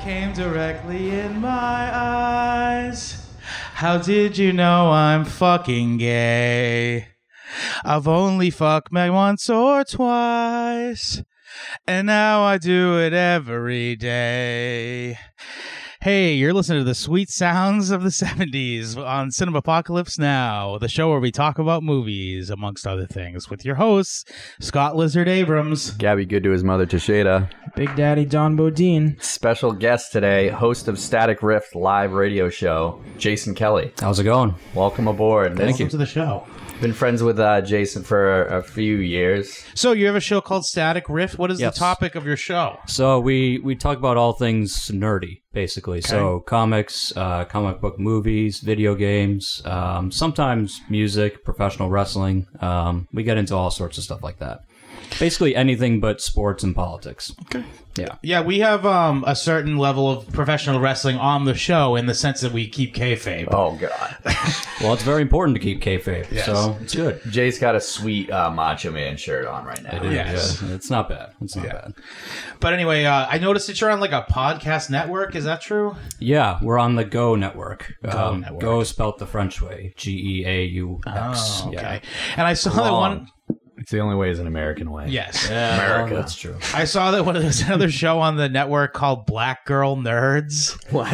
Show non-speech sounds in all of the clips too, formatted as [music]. came directly in my eyes. How did you know I'm fucking gay? I've only fucked Meg once or twice, and now I do it every day. Hey, you're listening to the sweet sounds of the [laughs] 70s on Cinema Apocalypse Now, the show where we talk about movies, amongst other things, with your hosts, Scott Lizard Abrams. Gabby, good to his mother, Tasheda. Big Daddy Don Bodine. Special guest today, host of Static Rift live radio show, Jason Kelly. How's it going? Welcome aboard. Thank Welcome to the show. Been friends with uh, Jason for a few years. So, you have a show called Static Rift. What is Yes. the topic of your show? So we we talk about all things nerdy, basically. So comics, uh, comic book movies, video games, um, sometimes music, professional wrestling. Um, we get into all sorts of stuff like that. Basically anything but sports and politics. Okay. Yeah. Yeah, we have um, a certain level of professional wrestling on the show in the sense that we keep kayfabe. Oh, [laughs] God. Well, it's very important to keep kayfabe, so it's good. Jay's got a sweet uh, Macho Man shirt on right now. Yes. Yeah, It's not bad. It's not bad. But anyway, uh, I noticed that you're on like a podcast network. Is that true? Yeah, we're on the Go network. Go, um, network. Go spelt the French way. G E A U X. Oh, okay. Yeah. And I saw that one. It's the only way is an American way. Yes. Yeah, well, America. that's true. I saw that one. There's another show on the network called Black Girl Nerds. What?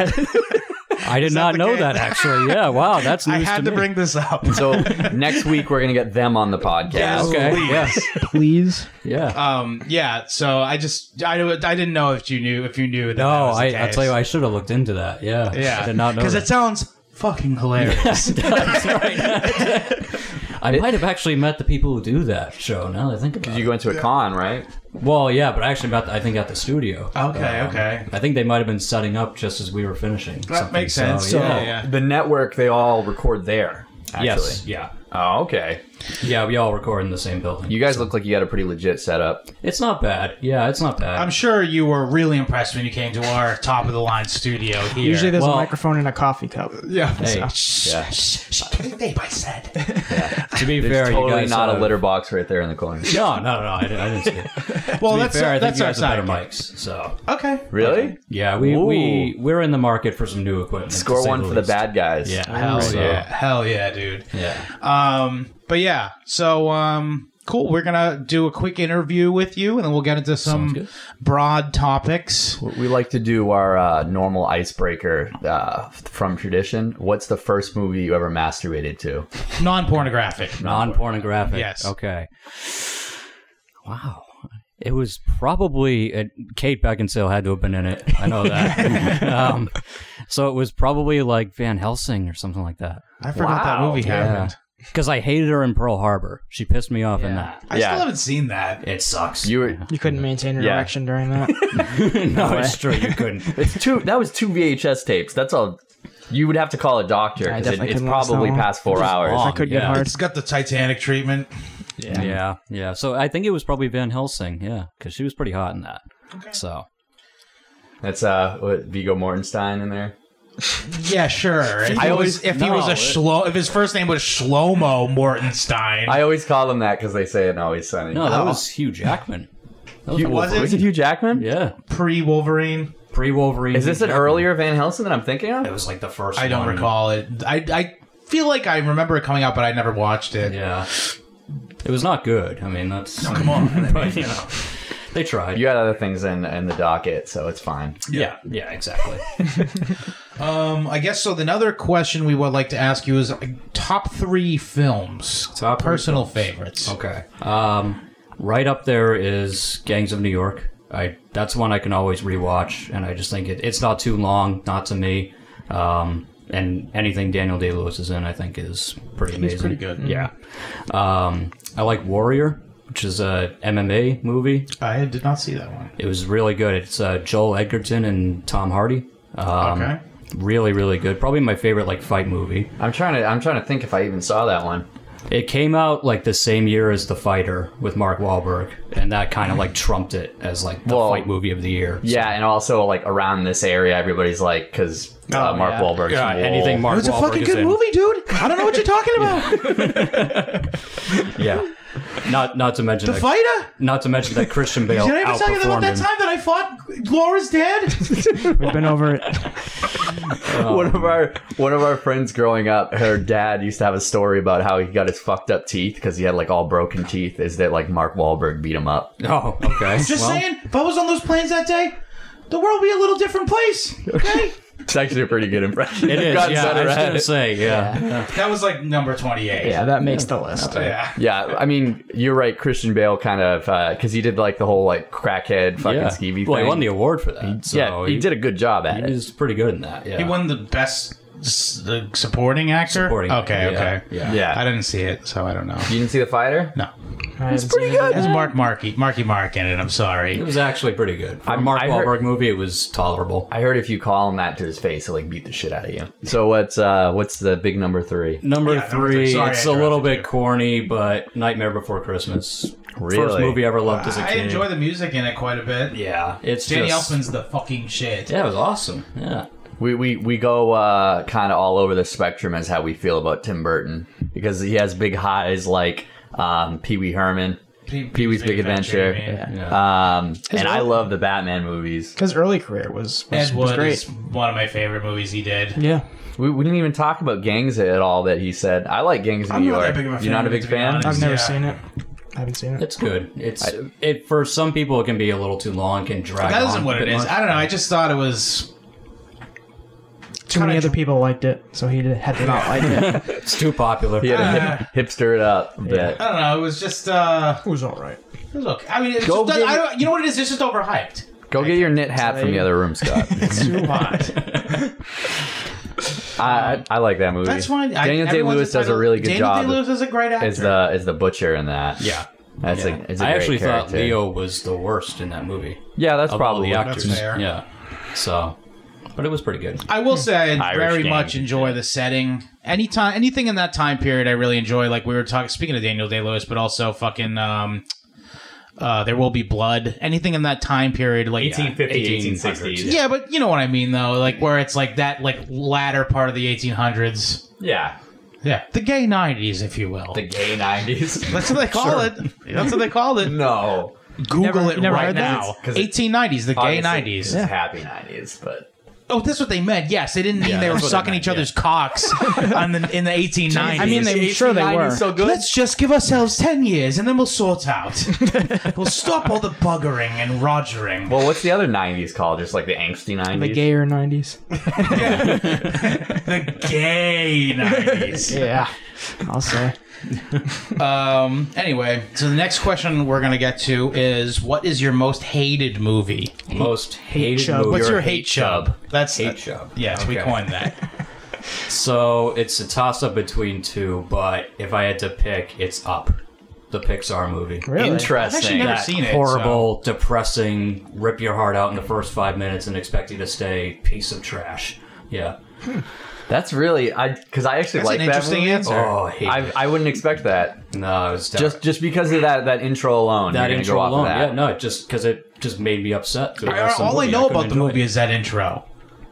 I did that not the know case? that actually. Yeah, wow, that's [laughs] news I had to, me. bring this [laughs] up. so next week, we're going to get them on the podcast. Yes. Okay. Please. [laughs] Yes. Please. Yeah. Um, yeah. So I just I, I didn't know if you knew if you knew that. No, that was the Oh, I, I case. tell you, I should have looked into that. Yeah. yeah, I did not know. because that. it sounds fucking [laughs] hilarious. That's right. I might have actually met the people who do that show. Now that I think about You it. go into a con, right? Well, yeah, but I actually met. the- I think at the studio. Okay, okay. I think they might have been setting up just as we were finishing. That makes something, sense. So, yeah. yeah. yeah. The network, they all record there, actually. Yes. Yeah. Oh, okay. Yeah. We all record in the same building. You guys look like you got a pretty legit setup. It's not bad. Yeah, it's not bad. I'm sure you were really impressed when you came to our top of the line studio here. Usually there's Well- a microphone and a coffee cup. yeah. [laughs] Hey, Yeah. I said. [laughs] to be There's fair, you totally guys uh, not have- a litter box right there in the corner. No, no, no. I didn't, I didn't see it. Well, to be that's fair, I think that's you our guys have side. better mics. So Okay. Really? yeah, we Ooh. we we're in the market for some new equipment. to Score say one for the least. bad guys. Yeah, Hell so- yeah. Hell yeah, dude. yeah. Um, but yeah, so um, cool. We're gonna do a quick interview with you, and then we'll get into some good. broad topics. We like to do our uh, normal icebreaker uh, f- from tradition. What's the first movie you ever masturbated to? Non-pornographic. Non-pornographic. Yes. Okay. Wow. It was probably uh, Kate Beckinsale had to have been in it. I know [laughs] that. um, so it was probably like Van Helsing or something like that. I forgot that Wow. movie Yeah. happened. Because I hated her in Pearl Harbor. She pissed me off in that. I Yeah. still haven't seen that. It sucks. You were. You couldn't maintain an Yeah. erection during that. no, it's [laughs] true. You couldn't. It's two. That was two VHS tapes. That's all. You would have to call a doctor 'cause I it, definitely it's couldn't last that probably long. past four hours. long. I could get Yeah. hard. It's got the Titanic treatment. Yeah. yeah, So I think it was probably Van Helsing. Yeah, because she was pretty hot in that. So That's uh, what, Vigo Mortenstein in there. Yeah, sure. If I always always- if he was a no, it- Shlo, if his first name was Shlomo Mortenstein. I always call them that because they say it in Always Sunny. no, that Oh. was Hugh Jackman. That was Hugh- was, it? Wolverine. was it Hugh Jackman? Yeah, Pre Wolverine, pre Wolverine. Is this an earlier Van Helsing that I'm thinking It of? was like the first. I don't one. recall it. I, I feel like I remember it coming out, but I never watched it. Yeah, it was not good. I mean, that's Come on, I mean, but, you know, they tried. You had other things in in the docket, so it's fine. yeah, yeah, [laughs] exactly. Um, I guess so. Another question we would like to ask you is uh, top three films, Top three personal favorites. okay. Um, right up there is Gangs of New York. I that's one I can always rewatch, and I just think it, it's not too long, not to me. Um, and anything Daniel Day Lewis is in, I think, is pretty amazing. pretty good. mm. Yeah. Um, I like Warrior, which is a MMA movie. I did not see that one. It was really good. It's uh, Joel Edgerton and Tom Hardy. Um, Okay. Really, really good. Probably my favorite like fight movie. I'm trying to I'm trying to think if I even saw that one. It came out like the same year as The Fighter with Mark Wahlberg, and that kind of like trumped it as like the Well, fight movie of the year. Yeah, and also like around this area, everybody's like, because uh, Oh, Mark yeah. Wahlberg's Yeah, Whoa. anything Mark It's a Wahlberg fucking is good [laughs] in. movie, dude. I don't know what you're talking about. Yeah. Not not to mention The that, fighter? not to mention that Christian Bale Did I ever tell you about outperformed that him. time that I fought Laura's dad? We've been over it. [laughs] one of our one of our friends growing up, her dad used to have a story about how he got his fucked up teeth because he had like all broken teeth. Is that like Mark Wahlberg beat him up? [laughs] Oh, okay. Just well, saying, if I was on those planes that day, the world would be a little different [laughs] place. Okay? It's actually a pretty good impression. [laughs] It is. Got Yeah, I better was at gonna it. say. Yeah. that was like number 28. Yeah, that makes the list. Yeah. Yeah, I mean, you're right. Christian Bale kind of because he did like the whole like crackhead fucking yeah. skeevy thing. Well, he won the award for that. so yeah, he, did a good job at He it. was pretty good in that. Yeah. He won the best s- the supporting actor? Supporting actor, okay, yeah, okay. yeah. Yeah. I didn't see it, so I don't know. you didn't see the fighter? No. It's pretty good. It has Mark Marky, Marky Mark in it, I'm It sorry. was actually pretty good. For a Mark I heard- Wahlberg movie, it was tolerable. I heard if you call him that to his face, he'll like beat the shit out of you. So what's uh what's the big number three? Number Yeah, number three, three. Sorry, it's I a little interrupted bit you. corny, but Nightmare Before Christmas. First Really? movie I ever loved as a I kid. enjoy the music in it quite a bit. Yeah, it's Danny just, Elfman's the fucking shit. Yeah, it was awesome. Yeah. We we we go uh kind of all over the spectrum as how we feel about Tim Burton because he has big highs like um Pee Wee Herman, Pee- Pee Wee's Big Adventure, you mean? um and I well- love the Batman movies. His early career was, was, Ed was Wood great. is one of my favorite movies he did. Yeah. We, we didn't even talk about Gangs at all that he said. I like Gangs of I'm New not York. that big of a You're fan not a of it, big to be fan. honest. I've never Yeah. seen it. I haven't seen it. It's good. It's it for some people it can be a little too long, can drag. That on isn't a what it bit is. much. I don't know. I just thought it was. Too many kinda other dr- people liked it, so he did, had to not like it. It's too popular. He had to Ah. hip, hipster it up a bit. I don't know. It was just. uh [laughs] It was all right. it was okay. I mean, it's Go just, get I it. don't, you know what it is? It's just overhyped. Go get your knit hat from the other room, Scott. [laughs] It's too hot. Um, I, I I like that movie. That's why I- Daniel Day everyone's Lewis does a entitled- really good Daniel job. Day Lewis is a great actor. is the is the butcher in that. yeah, that's Yeah. a. It's a I great actually character. thought Leo was the worst in that movie. Yeah, that's of probably. all the I actors. That's fair. Yeah. So, but it was pretty good. I Hmm. will say I Irish very gang. much enjoy the setting. Anytime, anything in that time period, I really enjoy. Like we were talking, speaking of Daniel Day Lewis, but also fucking. um uh, there will be blood. Anything in that time period, like 1850s, 1860s. Yeah, but you know what I mean, though. Like where it's like that, like latter part of the 1800s. Yeah, Yeah, the gay 90s, if you will. the [laughs] gay nineties. That's what they call it. That's what they called [laughs] it. [laughs] no, Google Never- it you never right heard that? now. 'Cause it- 1890s, the gay 90s. It's happy nineties, but Oh, that's what they meant. Yes, they didn't mean Yeah, they were that's what they sucking meant, each other's [laughs] cocks on the, in the 1890s. I mean, they, I'm sure they were. so good. Let's just give ourselves 10 years and then we'll sort [laughs] out. we'll stop all the buggering and rogering. well, what's the other nineties called? Just like the angsty the nineties. gayer 90s. the gay [laughs] 90s. Yeah. [laughs] I'll say. Um, anyway, so the next question we're going to get to is what is your most hated movie? Most hated Chubb. movie. What's your hate? hate chub? That's Hate Chubb. Yes, we Okay. coined [laughs] that. So it's a toss up between two, but if I had to pick, it's Up, the Pixar movie. Really? I've actually Interesting. never That seen it. horrible, depressing, rip your heart out in the first five minutes and expect you to stay piece of trash. Yeah. That's really I because I actually That's like an that interesting movie. answer. Oh, I hate I, it. I wouldn't expect that No, it was just just just because of that that intro alone. that you're gonna intro go off of alone. that. Yeah, no, it just because it just made me upset. to I, watch the all I movie. know couldn't about the enjoy movie it. is that intro.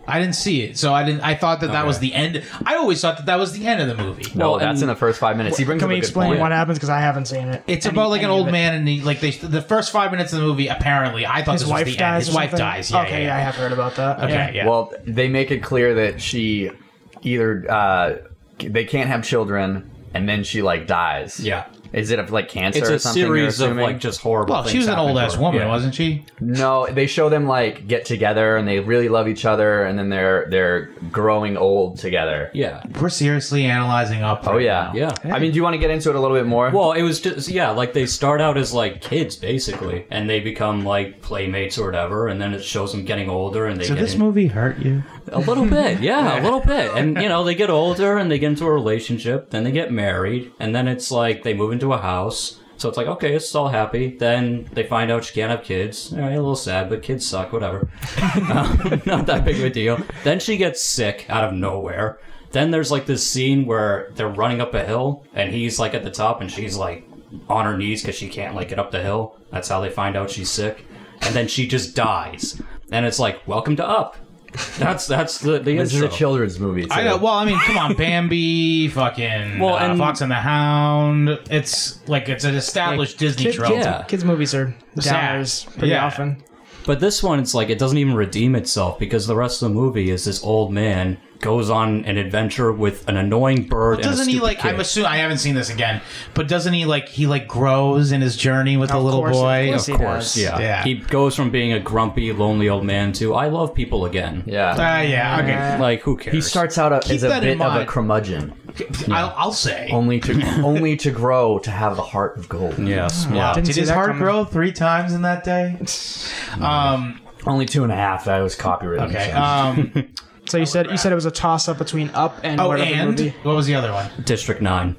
I didn't see it, so I didn't. I thought that that was Okay. the end. I always thought that that was the end of the movie. No, Well, that's and- in the first five minutes. He brings Can up a we good explain point. what happens? Because I haven't seen it. It's Any- about like an any of old it. man, and he like they, the first five minutes of the movie. Apparently, I thought His this wife was the end. dies. His or wife something? dies. Yeah, okay, yeah, I have heard about that. Okay, yeah. Well, they make it clear that she either uh, they can't have children, and then she like dies. Yeah. Is it of like cancer It's or a something? you're series of assuming? like just horrible. well, she things was an happening old to ass her. woman, Yeah. wasn't she? no. They show them like get together, and they really love each other, and then they're they're growing old together. Yeah. We're seriously analyzing up. Oh yeah, Yeah. I mean, do you want to get into it a little bit more? Well, it was just yeah, like they start out as like kids basically, and they become like playmates or whatever, and then it shows them getting older, and they Did get this in- movie hurt you? a little bit, [laughs] yeah, a little bit, and you know they get older and they get into a relationship, then they get married, and then it's like they move into a house, so it's like okay, it's all happy. Then they find out she can't have kids. All right, a little sad, but kids suck, whatever. Um, [laughs] not that big of a deal. Then she gets sick out of nowhere. Then there's like this scene where they're running up a hill, and he's like at the top, and she's like on her knees because she can't like get up the hill. That's how they find out she's sick. And then she just dies. And it's like, welcome to Up. That's that's the the This is intro. a children's movie. Too. I know. Well, I mean, come [laughs] on, Bambi, fucking Well, uh, and- Fox and the Hound. It's like it's an established Disney Kid, trope. kids, Yeah. kids movies are Sad. downers pretty Yeah. often. But this one, it's like it doesn't even redeem itself because the rest of the movie is this old man goes on an adventure with an annoying bird. and a Doesn't he stupid like? kid. I'm assuming I haven't seen this again, but doesn't he like? He like grows in his journey with the Of little course, of boy. course. Of course, He yeah. does. Yeah. He goes from being a grumpy, lonely old man to I love people again. Yeah. Ah, yeah. Okay. Like who cares? He starts out a, as a that in bit of a mind. curmudgeon, I'll, I'll say. [laughs] only to only to grow to have the heart of gold. Yes. Yeah. Wow. Didn't Did see his that heart coming. grow three times in that [laughs] day? Um. Only two and a half. That was copyrighted. Okay. so- [laughs] Um. So you said you said it was a toss up between Up and Oh, whatever and movie. what was the other [laughs] one? District Nine.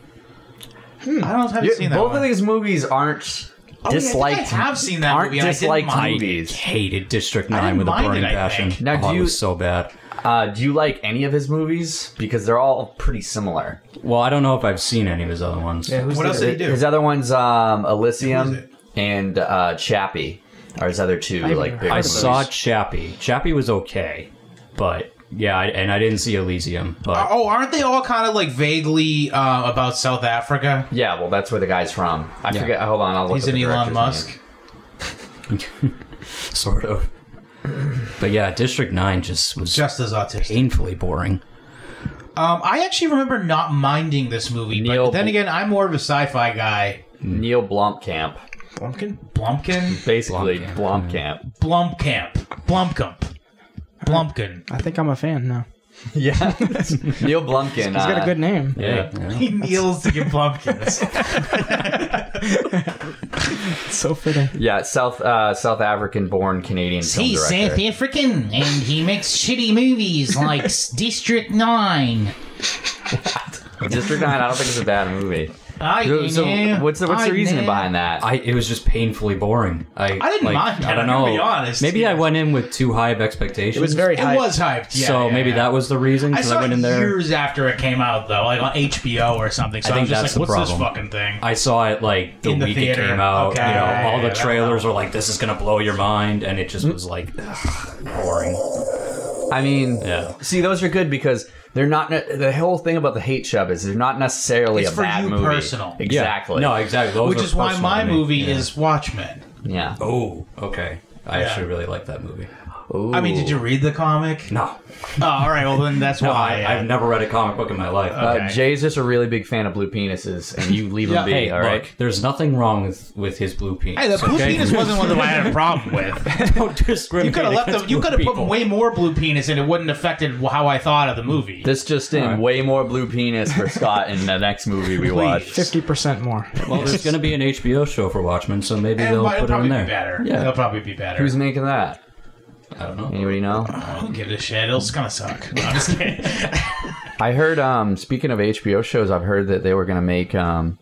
I don't have You- seen that. both one. Oh, of these movies aren't I think I disliked. have seen that aren't movie, and I didn't disliked mind it. I movies. hated District didn't Nine with a mind it, burning I passion. think. Now, Now, oh, do it you- was so bad. Uh, do you like any of his movies? Because they're all pretty similar. Well, I don't know if I've seen any of his other ones. Yeah, who's What the- else did he do? His other ones, um, Who is Elysium it? and uh, Chappie, are his other two haven't like even big I movies. saw Chappie. Chappie was okay, but yeah, I, and I didn't see Elysium. But [laughs] Oh, aren't they all kind of like vaguely uh, about South Africa? Yeah, well, that's where the guy's from. I Yeah. forget. Hold on, I'll look. He's up an the Elon director's Musk. name. sort of. But yeah, District Nine just was Just as autistic. painfully boring. Um, I actually remember not minding this movie, Neil- but then again, I'm more of a sci-fi guy. Neil Blomkamp, Blumpkin? Blumpkin, basically Blomkamp, Blomkamp. Blumpcamp, Blumpkump, Blumpkin. I think I'm a fan now. [laughs] Yeah, Neil Blomkamp. uh, He's He's Ah. got a good name. Yeah. yeah. He kneels to get Blumpkins. It's so fitting. Yeah, South uh, South African born Canadian film He's director. South African, and he makes shitty [laughs] movies like District Nine. District Nine. I don't think it's a bad [laughs] movie. I So, so know, what's the what's I the reasoning know. behind that? I it was just painfully boring. I I didn't like, mind I it, don't I'm know. gonna be honest. Maybe I Yeah. went in with too high of expectations. It was very It hyped. was hyped. Yeah, so yeah, maybe yeah. that was the reason I because I, saw went it in there. years after it came out, though, like on HBO or something. So I, think was that's just the like, "What's this problem. fucking thing?" I saw it like the In the week theater. it came out. Okay. You Yeah, know, all yeah, Mm. the yeah, trailers were like, "This is gonna blow your mind," and it just was like boring. I mean, Yeah. see, those are good because they're not ne- the whole thing about the hate shove is they're not necessarily It's a for bad you movie. personal. Yeah. Exactly. No, exactly. Those Which are is why personal my to me. movie Yeah. is Watchmen. Yeah. Oh, okay. I Yeah. actually really like that movie. I mean, did you Ooh. read the comic? [laughs] No, Oh, all right. Well, then that's [laughs] no, why. I, I've never read a comic book in my life. Uh, Oh, Okay. Jay's just a really big fan of blue penises, and you leave Yeah. him be. hey, all look, right. there's nothing wrong with with his blue penis. Hey, the blue okay? penis wasn't one that I had a problem with. [laughs] Don't [laughs] discriminate You could have left. against The, you blue could have put people. way more blue penis, and it wouldn't affected how I thought of the movie. This just in: right. way more blue penis for Scott in the next [laughs] movie we watch. Fifty percent more. Well, there's going to be an HBO show for Watchmen, so maybe And they'll it'll put it probably in be there. better. Yeah. It'll probably be better. Who's making that? I don't know. Anybody know? I don't give a shit. It'll kind of suck. No, I'm just kidding. I heard. Um, speaking of HBO shows, I've heard that they were gonna make. Um,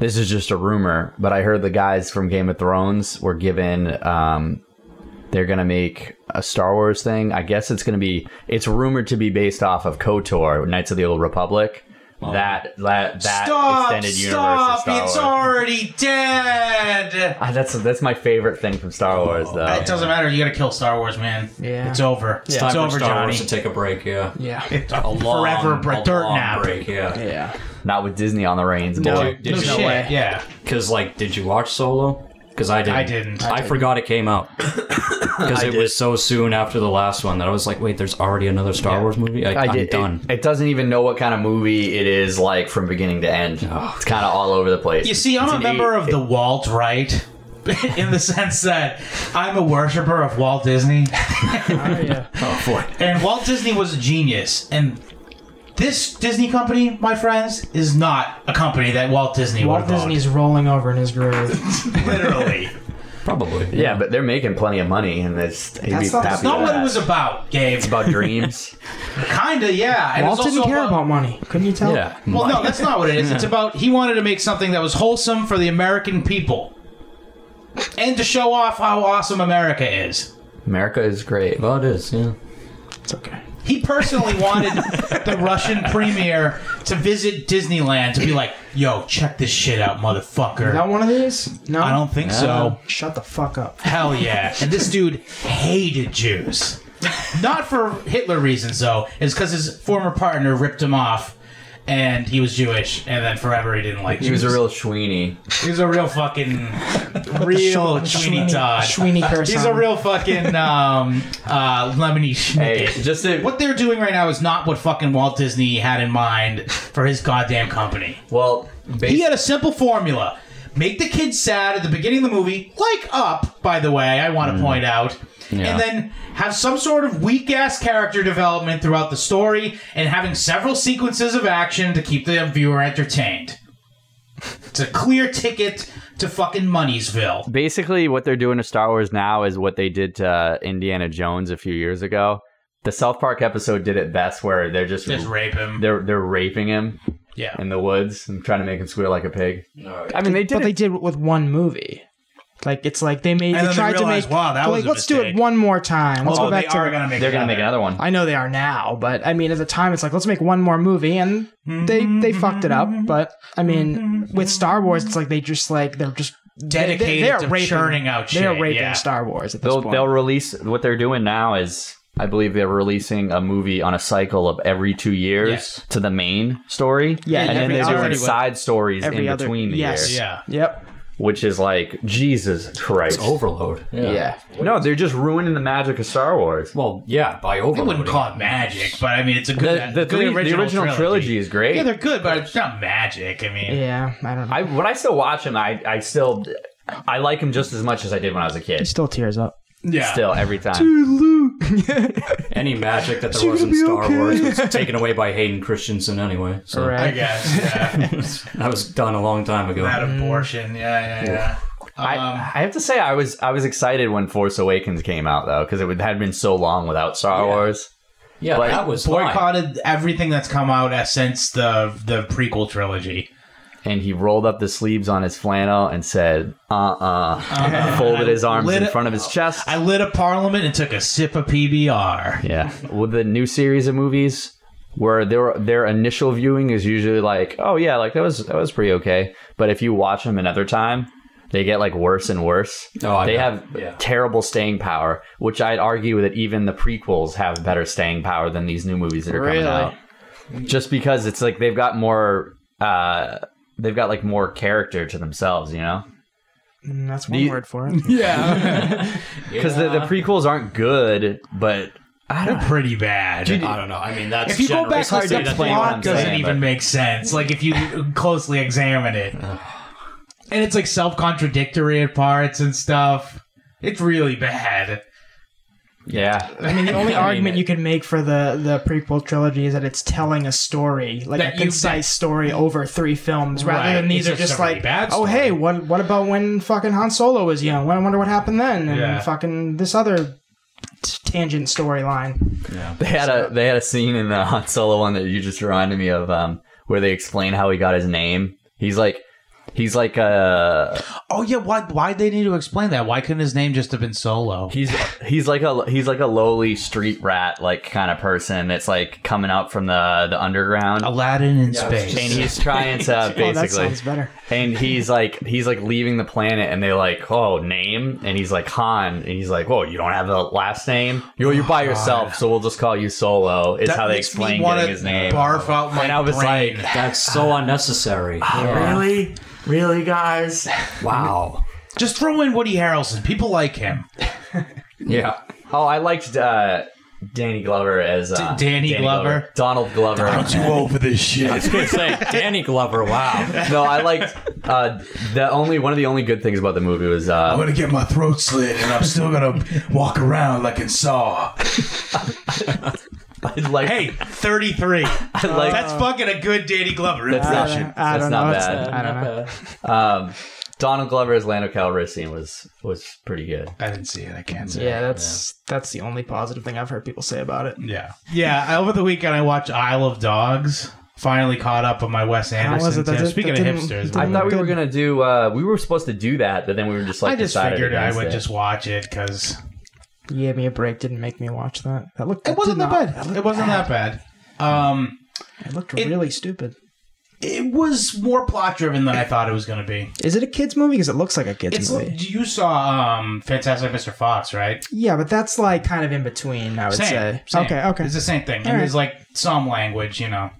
this is just a rumor, but I heard the guys from Game of Thrones were given. Um, they're gonna make a Star Wars thing. I guess it's gonna be. It's rumored to be based off of KOTOR, Knights of the Old Republic. That that that stop! extended universe. Stop! Of Star It's Wars. already dead. Ah, that's that's my favorite thing from Star Wars, though. It doesn't matter. You gotta kill Star Wars, man. Yeah. It's over. It's, Time over, for Star Johnny. Wars to take a break. Yeah. Yeah. It's a A long, forever a bre- dirt long nap. break. Yeah. Yeah. Not with Disney on the reins, boy. No. Did no you know shit. way. Yeah. Because like, did you watch Solo? Because I didn't. I didn't. I, I forgot it came out because it was so soon after the last one that I was like, wait, there's already another Star Wars movie. I I, I am did- it- done. It, doesn't even know what kind of movie it is like from beginning to end. Oh, It's kind of all over the place. You see, I'm It's a an member eight- of the Walt right, [laughs] in the sense that I'm a worshiper of Walt Disney, Ah, Oh, yeah. oh boy. and Walt Disney was a genius. And this Disney company, my friends, is not a company that Walt Disney [laughs] Walt would have [laughs] Disney's rolling over in his grave. owned, literally. Probably. Yeah, but they're making plenty of money, and it's he'd be That's not- happy That's not with what it that. was about, Gabe. It's [laughs] about dreams. Kinda, yeah. And Walt it's didn't also care about money. Couldn't you tell? [laughs] Yeah. Well, no, that's not what it is. It's about he wanted to make something that was wholesome for the American people, and to show off how awesome America is. America is great. Well, it is. Yeah. It's okay. He [laughs] personally wanted the Russian premier to visit Disneyland to be like, "Yo, check this shit out, motherfucker." Got one of these? No. I don't think so. [laughs] Shut the fuck up. Hell yeah! And this dude hated Jews. Not for Hitler reasons, though. It's because his former partner ripped him off, and he was Jewish, and then forever he didn't like He was a Jews. real Sweeney. He was a real fucking real Sweeney Todd. [laughs] Sweeney Curse. He's a real fucking um, uh, lemony Hey, schnicket. just to, what they're doing right now is not what fucking Walt Disney had in mind for his goddamn company. well, bas- He had a simple formula. Make the kids sad at the beginning of the movie, like up, by the way, I want to point out. Mm. Yeah. And then have some sort of weak ass character development throughout the story and having several sequences of action to keep the viewer entertained. It's a clear ticket to fucking Moneysville. basically what they're doing to Star Wars now is what they did to uh, Indiana Jones a few years ago. The South Park episode did it best, where they're just, Just rape him. they're they're raping him Yeah. in the woods and trying to make him squeal like a pig. No. I mean, they did. But it- they did it with one movie. Like it's like they And made then they they tried realized, to make wow, that they're was like a let's do it mistake." one more time. Let's Oh, go back they to are gonna make they're gonna make another one. I know they are now, but I mean at the time it's like let's make one more movie and they they fucked it up, but I mean with Star Wars it's like they just like they're just Dedicated to churning out They're shit, raping yeah. Star Wars at this they'll point. they'll release what they're doing now is I believe they're releasing a movie on a cycle of every two years Yes. to the main story. Yeah, and then every they're other- doing side stories every in other- between the yes. years, Yeah. Yep. which is like Jesus Christ. Overload. Yeah. Yeah. No, they're just ruining the magic of Star Wars. Well, yeah, by I overload. wouldn't call it magic, but I mean, it's a good, the, the, good three- the original, trilogy. is great. Yeah, they're good, but it's not magic. I mean, Yeah, I don't know. I when I still watch them, I I still I like them just as much as I did when I was a He kid. still tears up. yeah. Still, every time. Any [laughs] magic that there was in Star Wars was taken away by Hayden Christensen anyway. So I [laughs] Right. guess. Yeah. [laughs] that was done a long time ago. that abortion. Yeah, yeah, yeah. Mm. I, Um, I have to say I was I was excited when Force Awakens came out though because it would- had been so long without Star Yeah. Wars. yeah, Like, that was fine. Boycotted everything that's come out as- since the the prequel trilogy. And he rolled up the sleeves on his flannel and said, "Uh uh [laughs] folded his arms Uh-huh. Lit in it- front of his chest. I lit a parliament and took a sip of PBR. yeah, with the new series of movies where their their initial viewing is usually like, oh yeah, like that was that was pretty okay. But if you watch them another time, they get like worse and worse. Oh, I they bet. have Yeah. terrible staying power, which I'd argue that even the prequels have better staying power than these new movies that are Really? coming out. Just because it's like they've got more, uh, they've got like more character to themselves, you know. Mm, That's one The- word for it. Because the, the prequels aren't good, but They're pretty bad. I don't know. I mean, that's if you go back, generous to like, hard say the to that explain what plot I'm doesn't saying, even but- make sense. Like if you closely examine it, and it's like self-contradictory at parts and stuff. It's really bad. yeah, [laughs] I mean, the only I mean, argument it- you can make for the the prequel trilogy is that it's telling a story, like That a you- concise story over three films, rather Right. than these It's are just just a really like, bad oh story." hey, what what about when fucking Han Solo was young? Well, I wonder what happened then, and Yeah. fucking this other t- tangent storyline. They had a they had a scene in the [laughs] Han Solo one that you just reminded me of, um, where they explain how he got his name. He's like, he's like uh, a Oh yeah, why why they need to explain that? Why couldn't his name just have been Solo? he's he's like a he's like a lowly street rat like kind of person that's like coming up from the the underground, Aladdin in space. and he's [laughs] trying to Oh, that basically. sounds better. and he's like he's like leaving the planet and they're like oh name and he's like han and he's like whoa you don't have a last name you're, you're by yourself so we'll just call you solo is Oh, That how they makes me explain wanna getting his name Barf out my and i was brain. like [laughs] That's so unnecessary. Ah, Really? Really, guys? Wow. just throw in Woody Harrelson. People like him. Yeah. Oh, I liked uh, Danny Glover as uh, D- Danny Glover? Donald Glover. old for this shit. Good say, Danny Glover. Wow. no, I liked uh, the only one of the only good things about the movie was uh, gonna get my throat slit, and I'm still gonna walk around like in Saw. I [laughs] like Oh, Hey, 33. I like That's fucking a good Danny Glover not- impression. I That's don't not know. It's- bad. I don't know. um, Donald Glover as Lando Calrissian was was pretty good. I didn't see it. I can't see Yeah, that's that's the only positive thing I've heard people say about it. Yeah. Yeah. I- Over the weekend, I watched Isle of Dogs. Finally caught up on my Wes Anderson. was it that tip. did- Speaking that of didn't- hipsters, that I I, didn't- thought we Good. were gonna do. Uh, we were supposed to do that, but then we were just like. I just decided figured I against would it. just watch it because You gave me a break. Didn't make me watch that. That looked. it wasn't that bad. It wasn't that bad. Um, It looked It- really stupid. it was more plot driven than I thought it was going to be. Is it a kids movie? Because it looks like a kids It's movie. you saw um, Fantastic Mr. Fox, right? yeah, but that's like kind of in between. I would Same, say. same. Okay. Okay. It's the same thing, and All right. there's like some language, you know.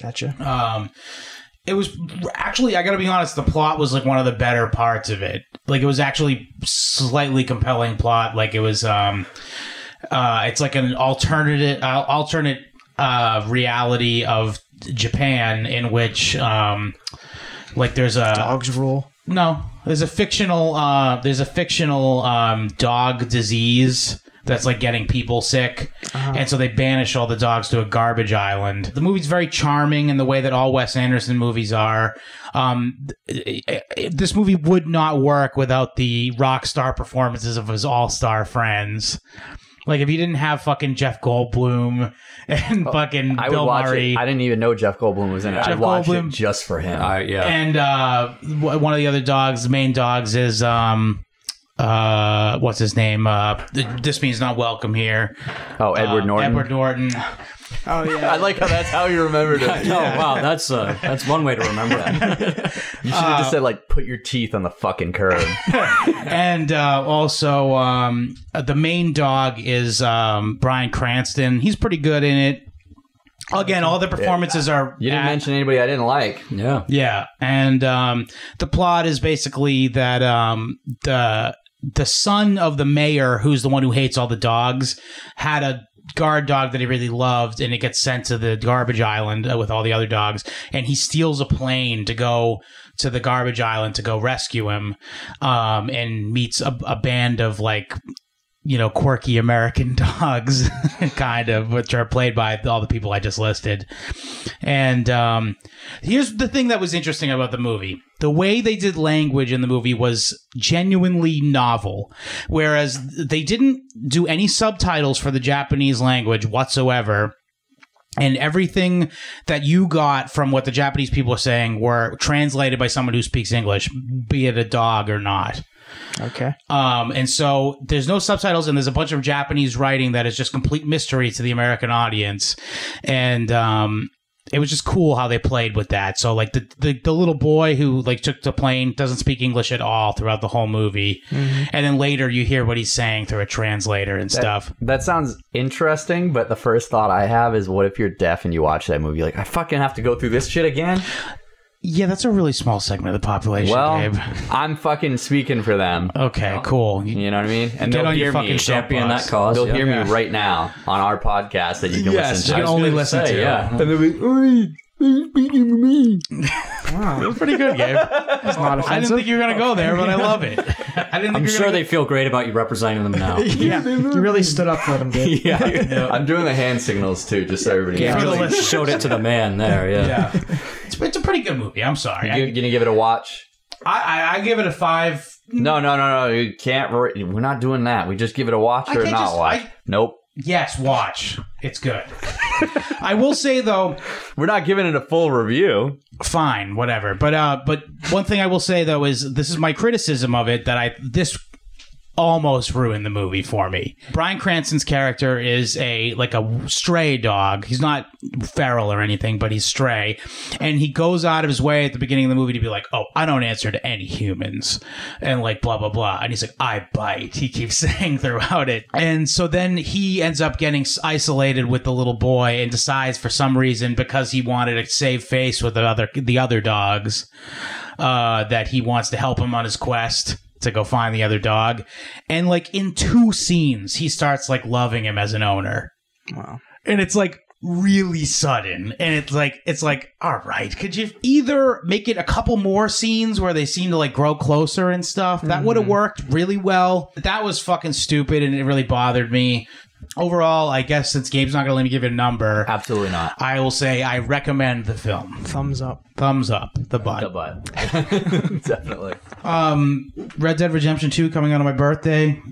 Gotcha. Um, it was actually, I gotta be honest, the plot was like one of the better parts of it. Like it was actually slightly compelling plot. Like it was, um, uh, it's like an alternate, uh, alternate uh, reality of Japan in which, um, like there's a Dogs rule. no, there's a fictional, uh, there's a fictional um, dog disease. That's like getting people sick. Uh-huh. And so they banish all the dogs to a garbage island. The movie's very charming in the way that all Wes Anderson movies are. Um, th- eh, eh, this movie would not work without the rock star performances of his all star friends. Like if you didn't have fucking Jeff Goldblum [laughs] and fucking Oh, I would Bill watch Murray, it. I didn't even know Jeff Goldblum was in it. I'd watch Goldblum. it just for him. I, yeah. and uh, w- one of the other dogs, the main dogs, is um, uh, what's his name? Uh, th- this means not welcome here. oh, Edward Uh, Norton. Edward Norton. Oh yeah. I like how that's how you [laughs] remembered it. oh wow, that's uh, that's one way to remember that. You should have just Uh, said like, put your teeth on the fucking curb. and uh, also um, uh, the main dog is um, Brian Cranston. He's pretty good in it. Again, all the performances are. You didn't [laughs] at- mention anybody I didn't like. Yeah. Yeah, and um, the plot is basically that um, the the son of the mayor, who's the one who hates all the dogs, had a guard dog that he really loved, and it gets sent to the garbage island uh, with all the other dogs, and he steals a plane to go to the garbage island to go rescue him, um, and meets a, a band of like. You know, quirky American [laughs] dogs, kind of, which are played by all the people I just listed. And um, here's the thing that was interesting about the movie the way they did language in the movie was genuinely novel whereas they didn't do any subtitles for the japanese language whatsoever and everything that you got from what the japanese people were saying were translated by someone who speaks english be it a dog or not [laughs] okay. um, and so there's no subtitles, and there's a bunch of Japanese writing that is just complete mystery to the American audience. And um, it was just cool how they played with that. So like the, the the little boy who like took the plane doesn't speak English at all throughout the whole movie, and then later you hear what he's saying through a translator and stuff. Mm-hmm. That sounds interesting, but the first thought I have is, what if you're deaf and you watch that movie? Like, I fucking have to go through this shit again. Yeah, that's a really small segment of the population, Well, Gabe. I'm fucking speaking for them. Okay, cool. You know what I mean? And Oh. Get they'll on your hear fucking me. shit. Champion that cause. They'll yeah. hear me right now on our podcast that you can Yes, listen you to. can only gonna listen say, to. yeah. [laughs] it Wow. was pretty good, Gabe. That's not I didn't offensive. think you were gonna go there, but I love [laughs] it. I didn't. Think I'm you were sure gonna- they feel great about you representing them [laughs] now. yeah. You really stood up for them, dude. yeah. I'm doing the hand signals too, just so everybody Yeah. knows. the Really listeners. showed it to the man there. [laughs] Yeah. Yeah, it's, it's a pretty good movie. I'm sorry. I- You you gonna give it a watch? I, I, I give it a five. No, no, no, no. You can't. ri- We're not doing that. We just give it a watch I or can't not just- watch. I- Nope. Yes, watch. It's good. I will say though, We're not giving it a full review. fine, whatever. But uh, but one thing I will say though is this is my criticism of it that I this almost ruined the movie for me. Brian Cranston's character is a like a stray dog. He's not feral or anything, but he's stray, and he goes out of his way at the beginning of the movie to be like, "Oh, I don't answer to any humans," and like blah blah blah. And he's like, "I bite." He keeps [laughs] saying throughout it, and so then he ends up getting s- isolated with the little boy and decides for some reason because he wanted to save face with the other the other dogs uh, that he wants to help him on his quest to go find the other dog. And like in two scenes, he starts like loving him as an owner. Wow. And it's like really sudden. And it's like it's like, all right, could you either make it a couple more scenes where they seem to like grow closer and stuff? That would have worked really well. That was fucking stupid and it really bothered me. Overall, I guess since Gabe's not gonna let me give it a number, Absolutely not. I will say I recommend the film. Thumbs up. Thumbs up, the butt. The butt. [laughs] Definitely. Um, Red Dead Redemption 2 coming out on my birthday.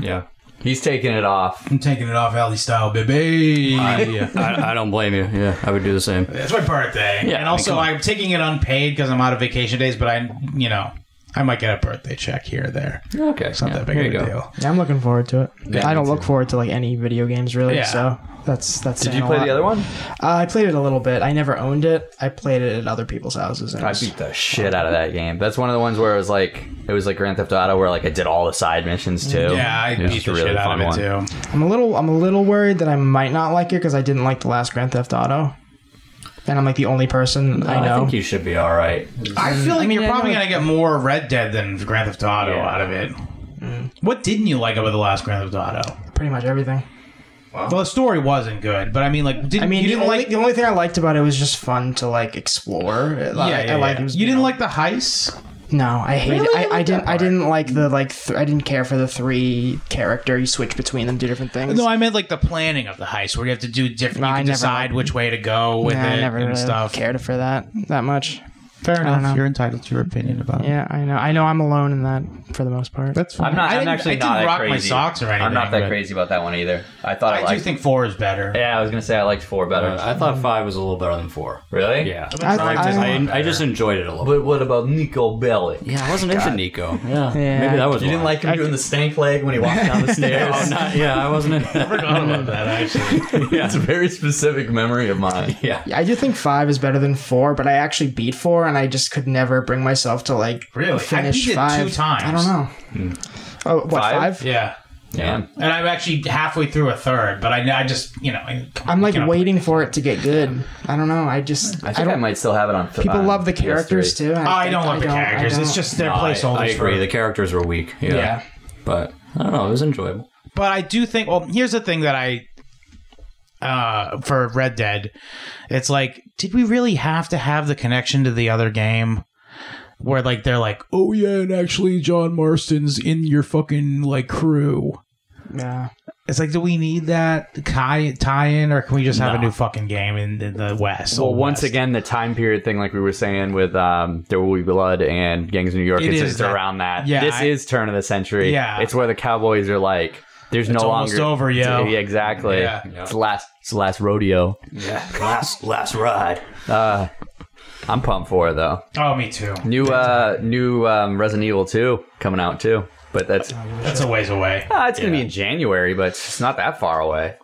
Yeah. He's taking it off. I'm taking it off alley style, baby. I, I don't blame you. Yeah, I would do the same. [laughs] it's my birthday. Yeah, and also, I mean, come on. I'm taking it unpaid because I'm out of vacation days, but I, you know, I might get a birthday check here or there. Okay, It's not that big Here you of a go. deal. Yeah, I'm looking forward to it. Yeah, I don't me look forward to like any video games really. Yeah. So that's that's. Did saying you a play lot. the other one? Uh, I played it a little bit. I never owned it. I played it at other people's houses. And it I was- beat the shit out of that game. That's one of the ones where it was like it was like Grand Theft Auto, where like I did all the side missions too. Yeah, I It was beat just the a really shit out of fun it one. too. I'm a little I'm a little worried that I might not like it because I didn't like the last Grand Theft Auto, and I'm like the only person I know. think you should be all right. I feel like mean, you're I probably know- gonna get more Red Dead than Grand Theft Auto Yeah. out of it. Mm. What didn't you like about the last Grand Theft Auto? Pretty much everything. Well, the story wasn't good, but I mean, like, did, I mean, you the didn't only, like the only thing I liked about it was just fun to like explore. Like, yeah, yeah, I like yeah. you didn't like the heists. No, I hate Really? it. You I, I like that didn't. I part? didn't like the like. Th- I didn't care for the three character. You switch between them, do different things. No, I meant like the planning of the heist, where you have to do different. No, you I can never decide liked- which way to go with Nah, it I never and really stuff. cared for that that much. Fair enough. know. You're entitled to your opinion about it. Yeah, I know. I know. I'm alone in that for the most part. That's fine. I'm not. I I'm didn't- actually I didn't not that rock my crazy. socks or anything. I'm not that but crazy about that one either. I thought I, I do liked. think four is better. yeah, I was gonna say I liked four better. Uh, I thought five was a little better than four. really? Yeah, I, I- I, [laughs] I just enjoyed it a little. bit. But what about Nico Bellic? Yeah, I wasn't into Nico. Yeah, Yeah. maybe that was. You didn't why. like him doing the stank leg when he walked down [laughs] the stairs. Oh, not, [laughs] yeah, I wasn't into I forgot about that actually. It's a very specific memory [laughs] of mine. Yeah. I do think five is better than four, but I actually beat four, and I just could never bring myself to like Really? I finish beat it five. two times. I don't know. Oh, what Five? five? Yeah. Yeah. And I'm actually halfway through a third, but I, I just, you know, I, come on, I'm like you know, waiting for it to get good. I don't know. I just I I, think I, don't. might still have it on. people on love the PS3. characters too. and Oh, I think- don't love the I characters. I It's don't- just their No, I, placeholders. I agree. for- The characters were weak. Yeah. yeah. but I don't know. It was enjoyable. But I do think. Well, here's the thing that I. Uh, for Red Dead, it's like, did we really have to have the connection to the other game? Where like they're like, oh yeah, and actually John Marston's in your fucking like crew. yeah. It's like, do we need that tie tie in, or can we just have a No. new fucking game in the, the West? Well, Old once West? again, the time period thing, like we were saying with um, There Will Be Blood and Gangs of New York, It it's, is it's that- around that. yeah, this I- is turn of the century. Yeah. it's where the Cowboys are like, there's no almost longer over, yo. Yeah, exactly. Yeah. It's the last, it's the last rodeo. Yeah, last last ride. Uh, I'm pumped for it though. oh, me too. New, uh, new um, Resident Evil 2 coming out too, but that's That's a ways away. ah, it's gonna be in January, but it's not that far away.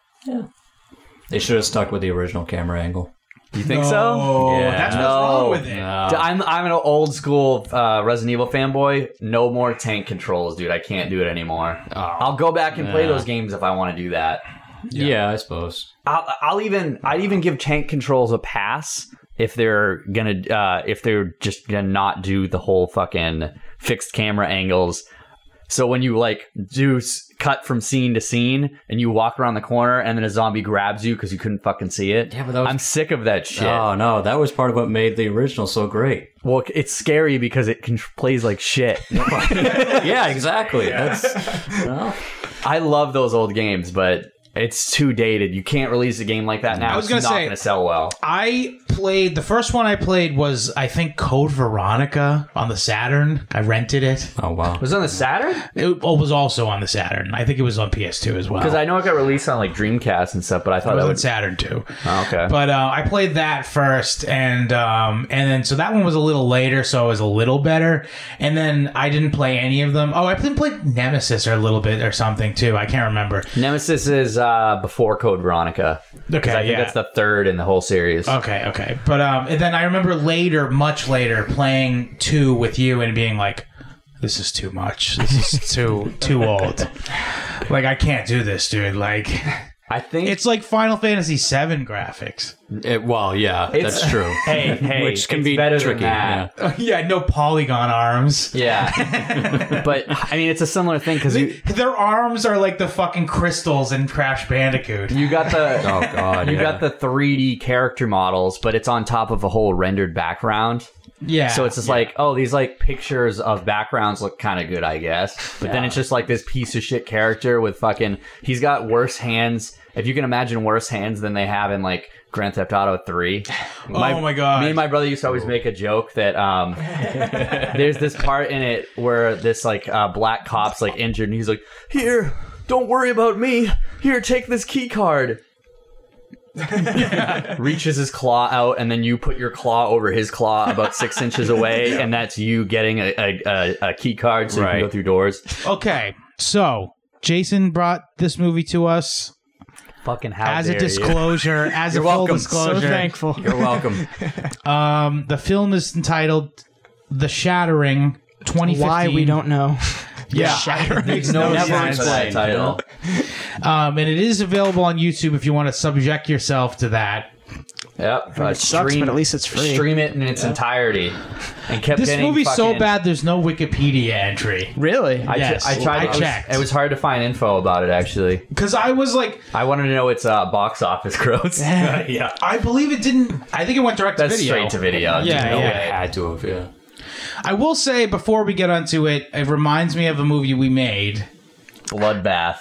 They should have stuck with the original camera angle. You think so? Oh, Yeah. that's what's wrong No. with it. D- Um, I'm I'm an old school uh, Resident Evil fanboy. No more tank controls, dude. I can't do it anymore. I'll go back and play Oh. Yeah. those games if I want to do that. yeah. I suppose. I'll, I'll even I'd even give tank controls a pass if they're gonna uh, if they're just gonna not do the whole fucking fixed camera angles. So when you like do s- cut from scene to scene and you walk around the corner and then a zombie grabs you because you couldn't fucking see it. Yeah, but that was- I'm sick of that shit. Oh no, that was part of what made the original so great. Well, it's scary because it can, plays like [laughs] shit. [laughs] yeah, exactly. That's well, I love those old games, but it's too dated. You can't release a game like that now. I was it's gonna not say- going to sell well. I played the first one I played was I think Code Veronica on the Saturn. I rented it. [laughs] oh wow. Was it on the Saturn? It was also on the Saturn. I think it was on PS2 as well. Because I know it got released on like Dreamcast and stuff, but I it thought was that on was Saturn too. oh, okay. But uh, I played that first, and um, and then so that one was a little later, so it was a little better. And then I didn't play any of them. Oh, I didn't play Nemesis or a little bit or something too. I can't remember. Nemesis is uh, before Code Veronica. 'Cause Okay, I think yeah. Uh, that's the third in the whole series. Okay, okay. But um, and then I remember later, much later, playing two with you and being like, "This is too much. This [laughs] is too too old. Like I can't do this, dude. Like [laughs] I think it's like Final Fantasy VII graphics. It, well, yeah, It's- that's true. [laughs] hey, hey, Which can it's be better tricky. Than [laughs] that. yeah, no polygon arms. Yeah, but I mean, it's a similar thing because you Their arms are like the fucking crystals in Crash Bandicoot. you got the Oh god, you yeah. got the 3D character models, but it's on top of a whole rendered background. Yeah. So it's just like, oh, these like pictures of backgrounds look kind of good, I guess. But then it's just like this piece of shit character with fucking. He's got worse hands. If you can imagine worse hands than they have in like Grand Theft Auto [laughs] Three. Oh my God. Me and my brother used to always make a joke that um, [laughs] there's this part in it where this like uh, black cop's like injured, and he's like, here. Don't worry about me. Here, take this key card. [laughs] reaches his claw out, and then you put your claw over his claw about six [laughs] inches away, and that's you getting a, a, a, a key card so you Right. can go through doors. Okay, so Jason brought this movie to us Fucking how as a dare you. disclosure, as You're a full welcome. So disclosure. So thankful. You're welcome. Um, the film is entitled "The Shattering." 2015. Why we don't know. [laughs] [laughs] yeah, Shattering. Makes no [laughs] Never sense. explained. Title. Um, and it is available on YouTube if you want to subject yourself to that. Yep. uh, it sucks, but at least it's free. Stream it in its entirety. And kept This getting movie's so fucking- bad. There's no Wikipedia entry Really? I, tr- Yes, I tried. I it was- checked. It was hard to find info about it. Actually, because I was like, I wanted to know its uh, box office [laughs] gross. yeah. I believe it didn't. I think it went direct That's to video. straight to video. Yeah, No, yeah. [laughs] it had to have, yeah. I will say before we get onto it, it reminds me of a movie we made. Bloodbath.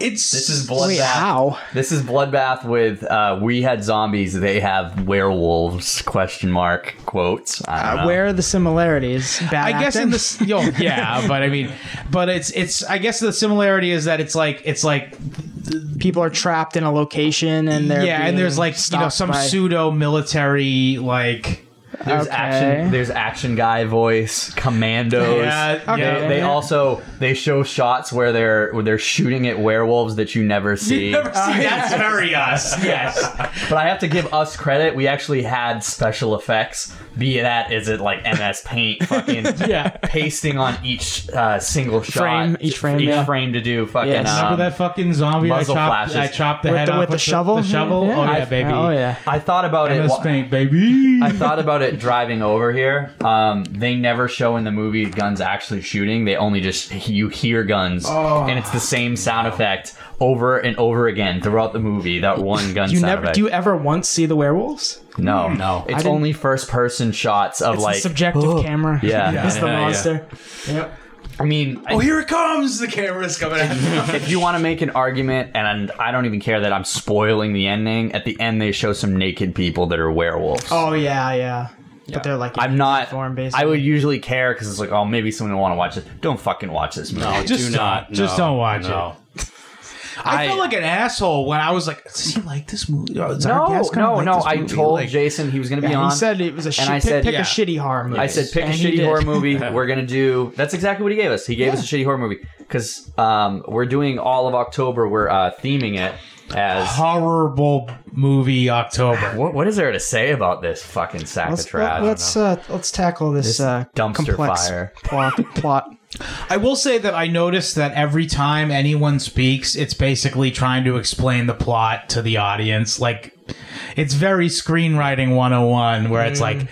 It's This is Wait, bloodbath. how? this is bloodbath with uh, we had zombies. They have werewolves? Question mark quotes. I don't Uh, know. where are the similarities? Bad I guess in acting? this, yo, yeah, but I mean, but it's it's. I guess the similarity is that it's like it's like people are trapped in a location and they're yeah, being and there's like you know stopped some by- pseudo military like there's okay. action. There's action guy voice. Commandos. yeah, Okay. yeah. They Yeah. also they show shots where they're where they're shooting at werewolves that you never [laughs] see. You never see- that's very us. Yes. But I have to give us credit. We actually had special effects. Be that is it like MS Paint, [laughs] fucking Yeah. pasting on each uh, single shot, Frame, each frame, each yeah. frame to do fucking. Yes. um, Remember that fucking zombie I muzzle chopped, flashes. I chopped the With head the- off with the the, shovel? The shovel? Yeah. Oh, yeah, I- baby. oh, yeah. I thought about it. MS wa- Paint, baby. I thought about it driving over here. Um, they never show in the movie guns actually shooting. They only just you hear guns, Oh. and it's the same sound effect over and over again throughout the movie. That one gun you sound never effect. do you ever once see the werewolves? no, no. It's didn't- only first person shots of It's like the subjective camera. Yeah. [laughs] it's the Yeah, yeah. monster. I Oh, mean, I- here it comes. The camera's coming [laughs] out. if you want to make an argument, and I don't even care that I'm spoiling the ending, at the end they show some naked people that are werewolves. Oh yeah, yeah. But they're like I'm not. Form based. I would usually care because it's like, oh, maybe someone will want to watch this. Don't fucking watch this movie. No, Just do don't. not. Just no, don't watch no. I, I- felt like an asshole when I was like, "Does he like this movie? Oh, does our No, guest kinda no, like no. this I movie?" told Like, Jason he was going to be yeah, on. he said it was a shit, and I pick, said- pick yeah. a shitty horror movie. I said, pick And a he shitty did. horror [laughs] movie. We're going to do. That's exactly what he gave us. He gave us a shitty horror movie because um, we're doing all of October. We're uh, theming it [gasps] as. horrible movie October. What, what is there to say about this fucking sack Let's of trash? let, us uh, let's tackle this, uh, dumpster complex fire. plot. plot. I will say that I noticed that every time anyone speaks, it's basically trying to explain the plot to the audience. Like, it's very screenwriting 101, where it's like,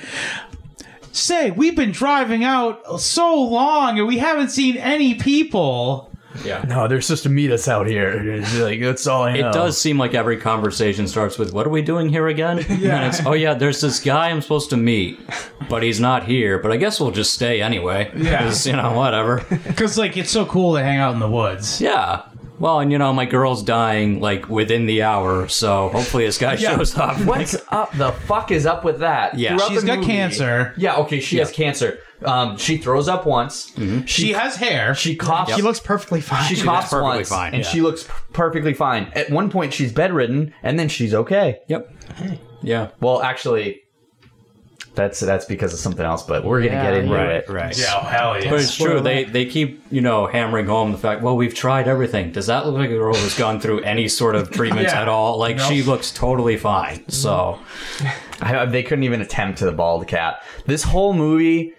say, we've been driving out so long and we haven't seen any people. No, they're supposed to meet us out here. Like that's all I It does seem like every conversation starts with, "What are we doing here again?" And then it's, "Oh yeah, there's this guy I'm supposed to meet, but he's not here. But I guess we'll just stay anyway. Yeah. 'cause, you know, [laughs] whatever. Because, like, it's so cool to hang out in the woods. yeah. Well, and you know, my girl's dying like within the hour, so hopefully this [laughs] guy shows up. What's up? The fuck is up with that? Yeah. Throughout She's the got movie- cancer. Yeah, okay, she has cancer. Um, she throws up once. She She has hair. she coughs. He looks perfectly fine. she She coughs looks Mm-hmm. perfectly once, fine, and yeah. she looks p- perfectly fine. At one point, she's bedridden, and then she's okay. Yep. Yeah. Well, actually, that's that's because of something else. But we're gonna Yeah, get into yeah. it. Right. oh, hell But it's true. They they keep you know hammering home the fact. Well, we've tried everything. Does that look like a girl who's gone through any sort of treatments [laughs] Yeah. at all? Like No. she looks totally fine. So I, they couldn't even attempt to the bald cat. This whole movie,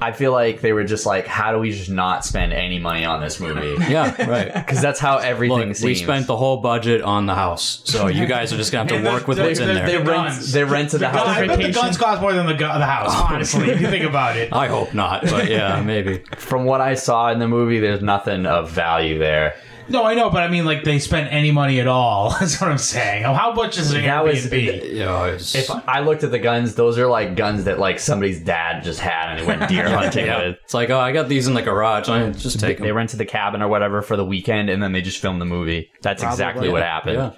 I feel like they were just like, how do we just not spend any money on this movie? [laughs] [laughs] yeah, right. Because that's how everything Look, seems. we spent the whole budget on the house, so you guys are just gonna have And to the- work with the- what's in the- there. they, the rent, guns. they rented the No, house. I bet the vacation. guns cost more than the, gu- the house, honestly, if you think about it. I hope not, but yeah, maybe. From what I saw in the movie, there's nothing of value there. No, I know, but I mean, like, they spent any money at all. [laughs] That's what I'm saying. How much is an That was- Airbnb? You know, it's, If I looked at the guns, those are like guns that like somebody's dad just had and he went [laughs] deer hunting with. it's like, oh, I got these in the garage. I just take They them. rented the cabin or whatever for the weekend, and then they just filmed the movie. That's exactly what happened. Yeah.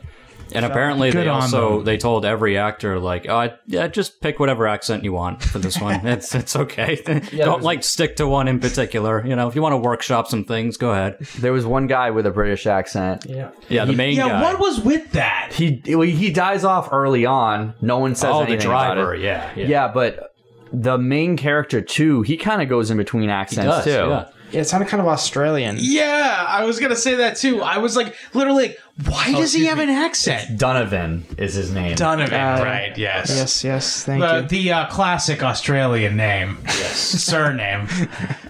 And apparently Good they on also them. they told every actor like, uh, yeah, just pick whatever accent you want for this one. it's it's okay. [laughs] Don't was- like stick to one in particular. You know, if you want to workshop some things, go ahead. There was one guy with a British accent. Yeah. Yeah, the main yeah, guy. what was with that? He he dies off early on. No one says oh, the anything about driver. it. Yeah, yeah. Yeah. but the main character too. He kind of goes in between accents Does, too. yeah. Yeah, it sounded kind of Australian. Yeah, I was gonna say that too. I was like, literally, like, why does he excuse have an accent? Donovan is his name. Donovan, Uh, right? Yes. Yes, yes, thank The, you. the uh, classic Australian name, yes. [laughs] surname.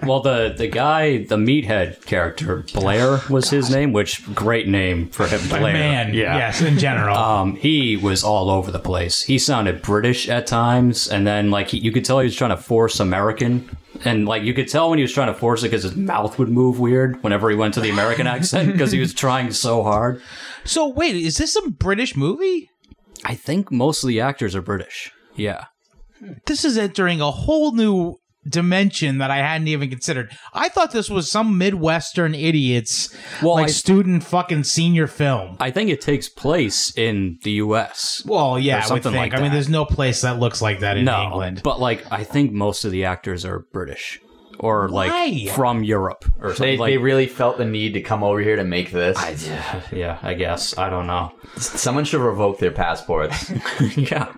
Well, the the guy, the meathead character, Blair was his name, which great name for him, Blair. Man, yeah. yes, in general. Um, he was all over the place. He sounded British at times, and then like he, you could tell he was trying to force American, and like you could tell when he was trying to force it because his mouth would move weird whenever he went to the [laughs] American accent because he was trying so hard. so wait, is this a British movie? I think most of the actors are British. Yeah, This is entering a whole new dimension that I hadn't even considered. I thought this was some Midwestern idiots, Well, like I- student fucking senior film. I think it takes place in the U.S. Well, yeah, Or I would something think. like I mean, that. there's no place that looks like that in no, England. but like I think most of the actors are British or like Why? from Europe or something. They, like, they really felt the need to come over here to make this. yeah, yeah, I guess I don't know. [laughs] Someone should revoke their [laughs] passports. yeah.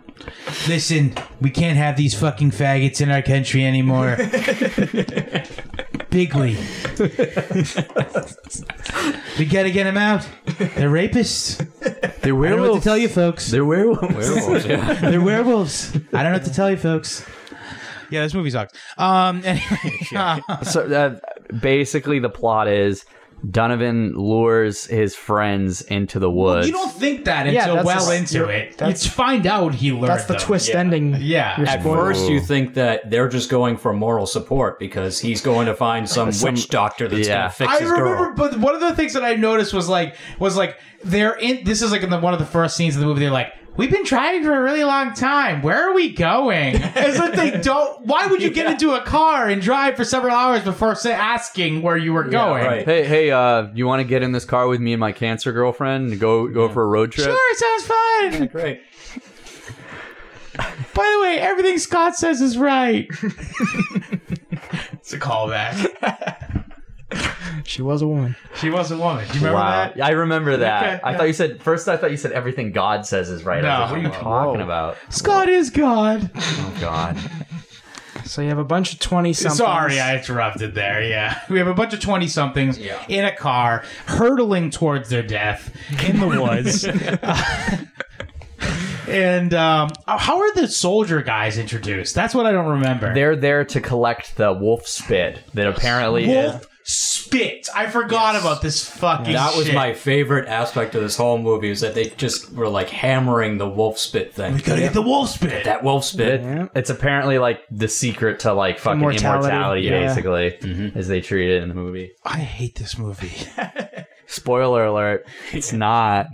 Listen, we can't have these fucking faggots in our country [laughs] anymore. Bigly. we gotta get them out. They're rapists. They're I don't know what to tell you, folks. They're werewolves. Werewolves, yeah. [laughs] They're werewolves. I don't know what to tell you, folks. Yeah, this movie sucks. Um, [laughs] anyway, so uh, basically, the plot is Donovan lures his friends into the woods. you don't think that Yeah, until that's well a- into you're- it. You that's- find out he learned. That's the them. twist ending. Yeah. You're At At spoiled. first, you think that they're just going for moral support because he's going to find some, witch doctor that's yeah. going to fix I his remember, girl. but one of the things that I noticed was like was like they're in. This is like in the, one of the first scenes of the movie. They're like, "We've been trying for a really long time. Where are we going?" As if [laughs] they don't. Why would you get into a car and drive for several hours before say, asking where you were going? right. Hey, hey, uh, you want to get in this car with me and my cancer girlfriend and go go for a road trip? Sure, sounds fun. Great. By the way, everything Scott says is [laughs] right. it's a callback. She was a woman. She was a woman. Do you remember Wow, that? I remember that. Okay, I thought you said first. I thought you said everything God says is right. I was like, No. what are you talking Whoa. about? Scott is God. Oh God. So you have a bunch of twenty somethings. Sorry, I interrupted there. Yeah, [laughs] we have a bunch of twenty somethings in a car hurtling towards their death in the [laughs] woods. [laughs] and um, how are the soldier guys introduced? That's what I don't remember. They're there to collect the wolf spit that apparently wolf is. spit. I forgot about this fucking. That was shit. my favorite aspect of this whole movie is that they just were like hammering the wolf spit thing. We gotta get the wolf spit. That wolf spit. Yeah. It's apparently like the secret to like fucking Immortality, immortality, yeah. basically, as they treat it in the movie. I hate this movie. Spoiler alert: [laughs] It's not.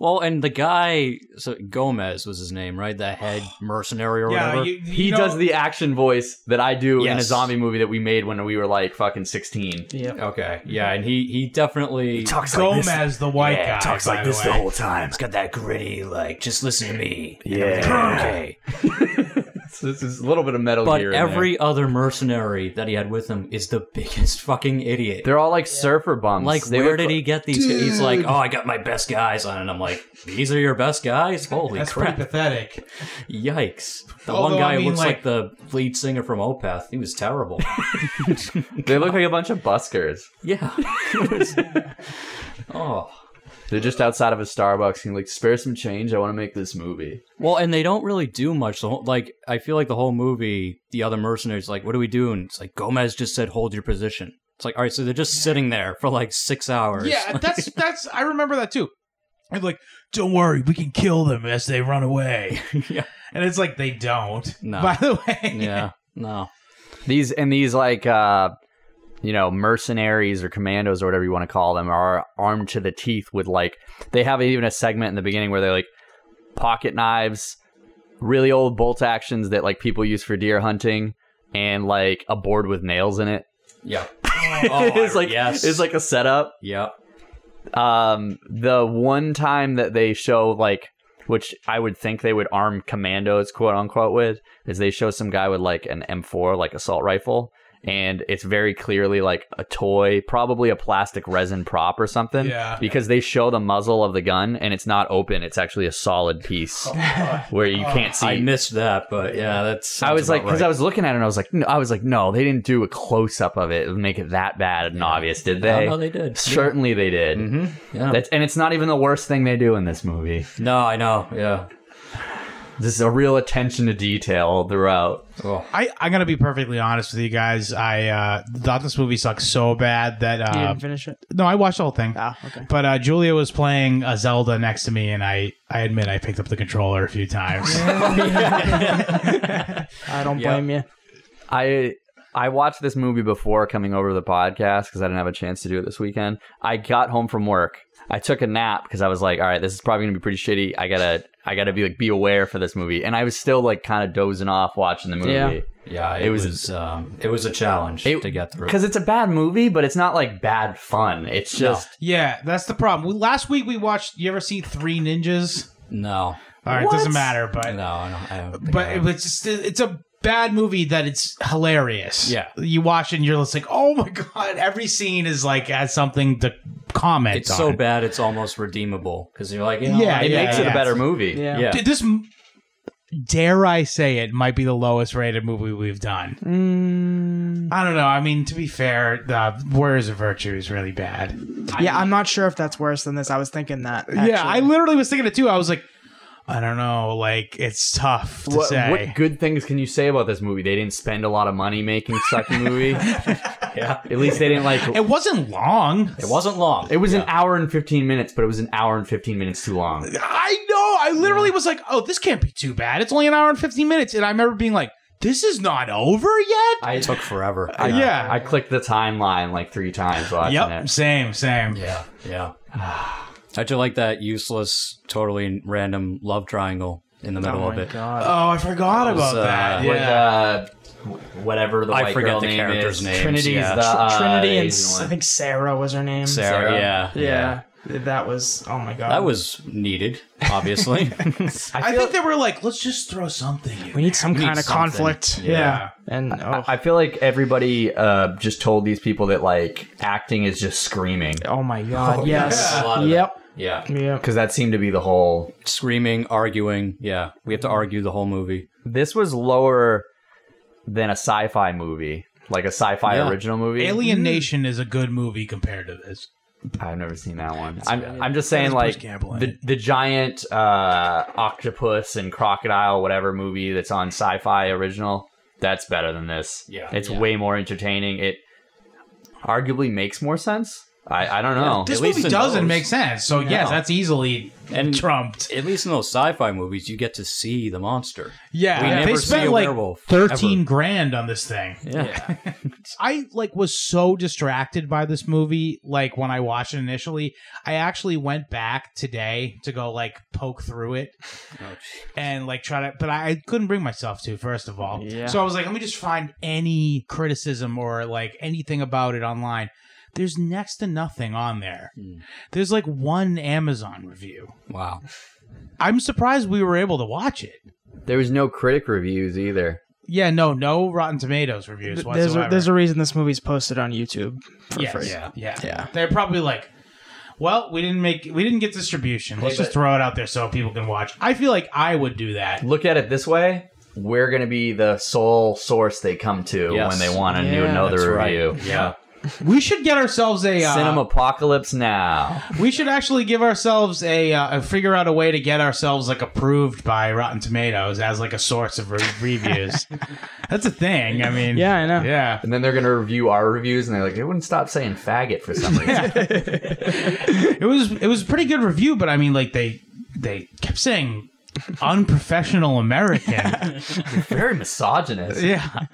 Well, and the guy, so Gomez was his name, right? The head mercenary or whatever. He does the action voice that I do in a Yes. zombie movie that we made when we were like fucking sixteen. Yeah. okay, yeah, and he he definitely Talks [laughs] Gomez, the white guy. by the way. time. got that gritty, like just listen to me. Yeah. Okay. So this is a little bit of metal But gear. in there. every other mercenary that he had with him is the biggest [laughs] fucking idiot. they're all like surfer bumps. like, They where look did like- he get these? He's like, oh, I got my best guys on, and I'm like, these are your best guys? Holy That's pretty crap! pathetic. Yikes! The Although, one guy I mean, looks like- like, the lead singer from Opeth. He was [laughs] terrible. They look like a bunch of buskers. yeah. [laughs] It was- oh. They're just outside of a Starbucks and like spare some change. I want to make this movie. Well, and they don't really do much. The whole, like, I feel like the whole movie, the other mercenaries, like, what are we doing? It's like Gomez just said, hold your position. It's like, all right, so they're just sitting there for like six hours. [laughs] Yeah, that's that's. I remember that too. I'm like, don't worry, we can kill them as they run [laughs] away. Yeah. and it's like they don't. [laughs] No. By the way, yeah, no. These and these like uh you know mercenaries or commandos or whatever you want to call them are armed to the teeth with like they have even a segment in the beginning where they're like pocket knives, really old bolt actions that like people use for deer hunting, and like a [laughs] board with nails in it. Yeah. [laughs] it's like Oh, yes. it's like a setup. yeah. um, the one time that they show like, which I would think they would arm commandos, quote unquote, with is they show some guy with like an M4, like assault rifle, and it's very clearly like a toy, probably a plastic resin prop or something, Yeah. because they show the muzzle of the gun and it's not open; it's actually a solid piece where you can't see. I missed that, but yeah, that's. I was like, because right. I was looking at it, and I was like, no, I was like, no, they didn't do a close up of it, and make it that bad and obvious, did No, they? no, they did. Mm-hmm. Certainly, they did. Yeah. That's, and it's not even the worst thing they do in this movie. no, I know. Yeah. This is a real attention to detail throughout. Oh. [laughs] I, I'm gonna be perfectly honest with you guys. I uh, thought this movie sucked so bad that You uh, didn't finish it. no, I watched the whole thing. Oh, okay. But uh, Julia was playing a Zelda next to me, and I, I admit I picked up the controller a few times. I don't Yeah. blame you. I I watched this movie before coming over to the podcast because I didn't have a chance to do it this weekend. I got home from work. I took a nap because I was like, all right, this is probably gonna be pretty shitty. I gotta I gotta be like be aware for this movie. And I was still like kind of dozing off watching the movie. Yeah. Yeah, it, It was- was, um, it was a challenge It- to get through. Because it's a bad movie, but it's not like bad fun. It's just [laughs] yeah, that's the problem. We, last week we watched. You ever see Three Ninjas? No, All right, What? doesn't matter, but no, I don't. I don't think but I- it was just it's a bad movie that it's hilarious. Yeah. you watch it and you're just like, oh my god, every scene is like has something to comment. it's on. so bad, it's almost redeemable because you're like, you know, Yeah, like, it makes it yeah. a better movie. Yeah. yeah. Dude, this m- dare I say it might be the lowest rated movie we've done. Mm, I don't know. I mean, to be fair, uh, Warriors of Virtue is really bad. yeah, I'm not sure if that's worse than this. I was thinking that. Yeah, I actually. literally was thinking it too. I was like, I don't know. Like, it's tough to What, say. what good things can you say about this movie? They didn't spend a lot of money making sucky movie. [laughs] yeah. At least they didn't like. it wasn't long. It wasn't long. It was an hour and fifteen minutes, but it was an hour and fifteen minutes too long. I know. I literally was like, oh, this can't be too bad. It's only an hour and 15 minutes. And I remember being like, this is not over yet. I It took forever. Uh, yeah. I clicked the timeline like three times watching yep. it. Same, same. yeah, yeah. [sighs] I just like that useless, totally random love triangle in the middle Oh of my it. god. Oh, I forgot That was, about uh, that. With, Yeah. uh, whatever the I white forget girl the name characters' is. names, Trinity's yeah. the uh, Trinity and Asian S- I one. think Sarah was her name. Sarah, Sarah. Yeah, Yeah. That was oh my god. That was needed, [laughs] obviously. I, think they were like, let's just throw something. in." we need some Need kind of something. conflict. Yeah. And oh, I feel like everybody uh, just told these people that like acting is just screaming oh my god. yes. yeah. A lot of Yep. yeah, Yep. because that seemed to be the whole screaming, arguing. Yeah, we have to argue the whole movie. this was lower than a sci-fi movie like a sci-fi Yeah. original movie Alien Nation is a good movie compared to this. i've never seen that one I'm, I'm just saying That's like Bruce Campbell in the, the giant uh, octopus and crocodile whatever movie that's on sci-fi original that's better than this Yeah. it's Yeah. way more entertaining it arguably makes more sense i, I don't know This At least movie in doesn't those. make sense. So, yes, that's easily And- trumped. At least in those sci-fi movies, you get to see the monster. Yeah. We never they see spent a like werewolf, 13 ever. grand on this thing. Yeah, [laughs] I like was so distracted by this movie. Like when I watched it initially, I actually went back today to go like poke through it and like try to, but I, I couldn't bring myself to. First of all, Yeah. so I was like, let me just find any criticism or like anything about it online. There's next to nothing on there. There's like one Amazon review. wow. I'm surprised we were able to watch it. there was no critic reviews either Yeah, no, no Rotten Tomatoes reviews There's whatsoever. a, there's a reason this movie's posted on YouTube for yes, free. Yeah, yeah, Yeah. They're probably like, well, we didn't make, we didn't get distribution. Let's just throw it out there so people can watch. I feel like I would do that. look at it this way we're gonna be the sole source they come to when Yes. they want to Yeah, know the that's right. review Yeah, We should get ourselves a uh, Cinema apocalypse now. We should actually give ourselves a uh, figure out a way to get ourselves like approved by Rotten Tomatoes as like a source of re- [laughs] reviews. That's a thing. I mean, Yeah, I know. yeah. And then they're gonna review our reviews, and they're like, they wouldn't stop saying faggot for [laughs] some reason. It was it was a pretty good review, but I mean, like they they kept saying unprofessional American. Very misogynist. [laughs] Yeah.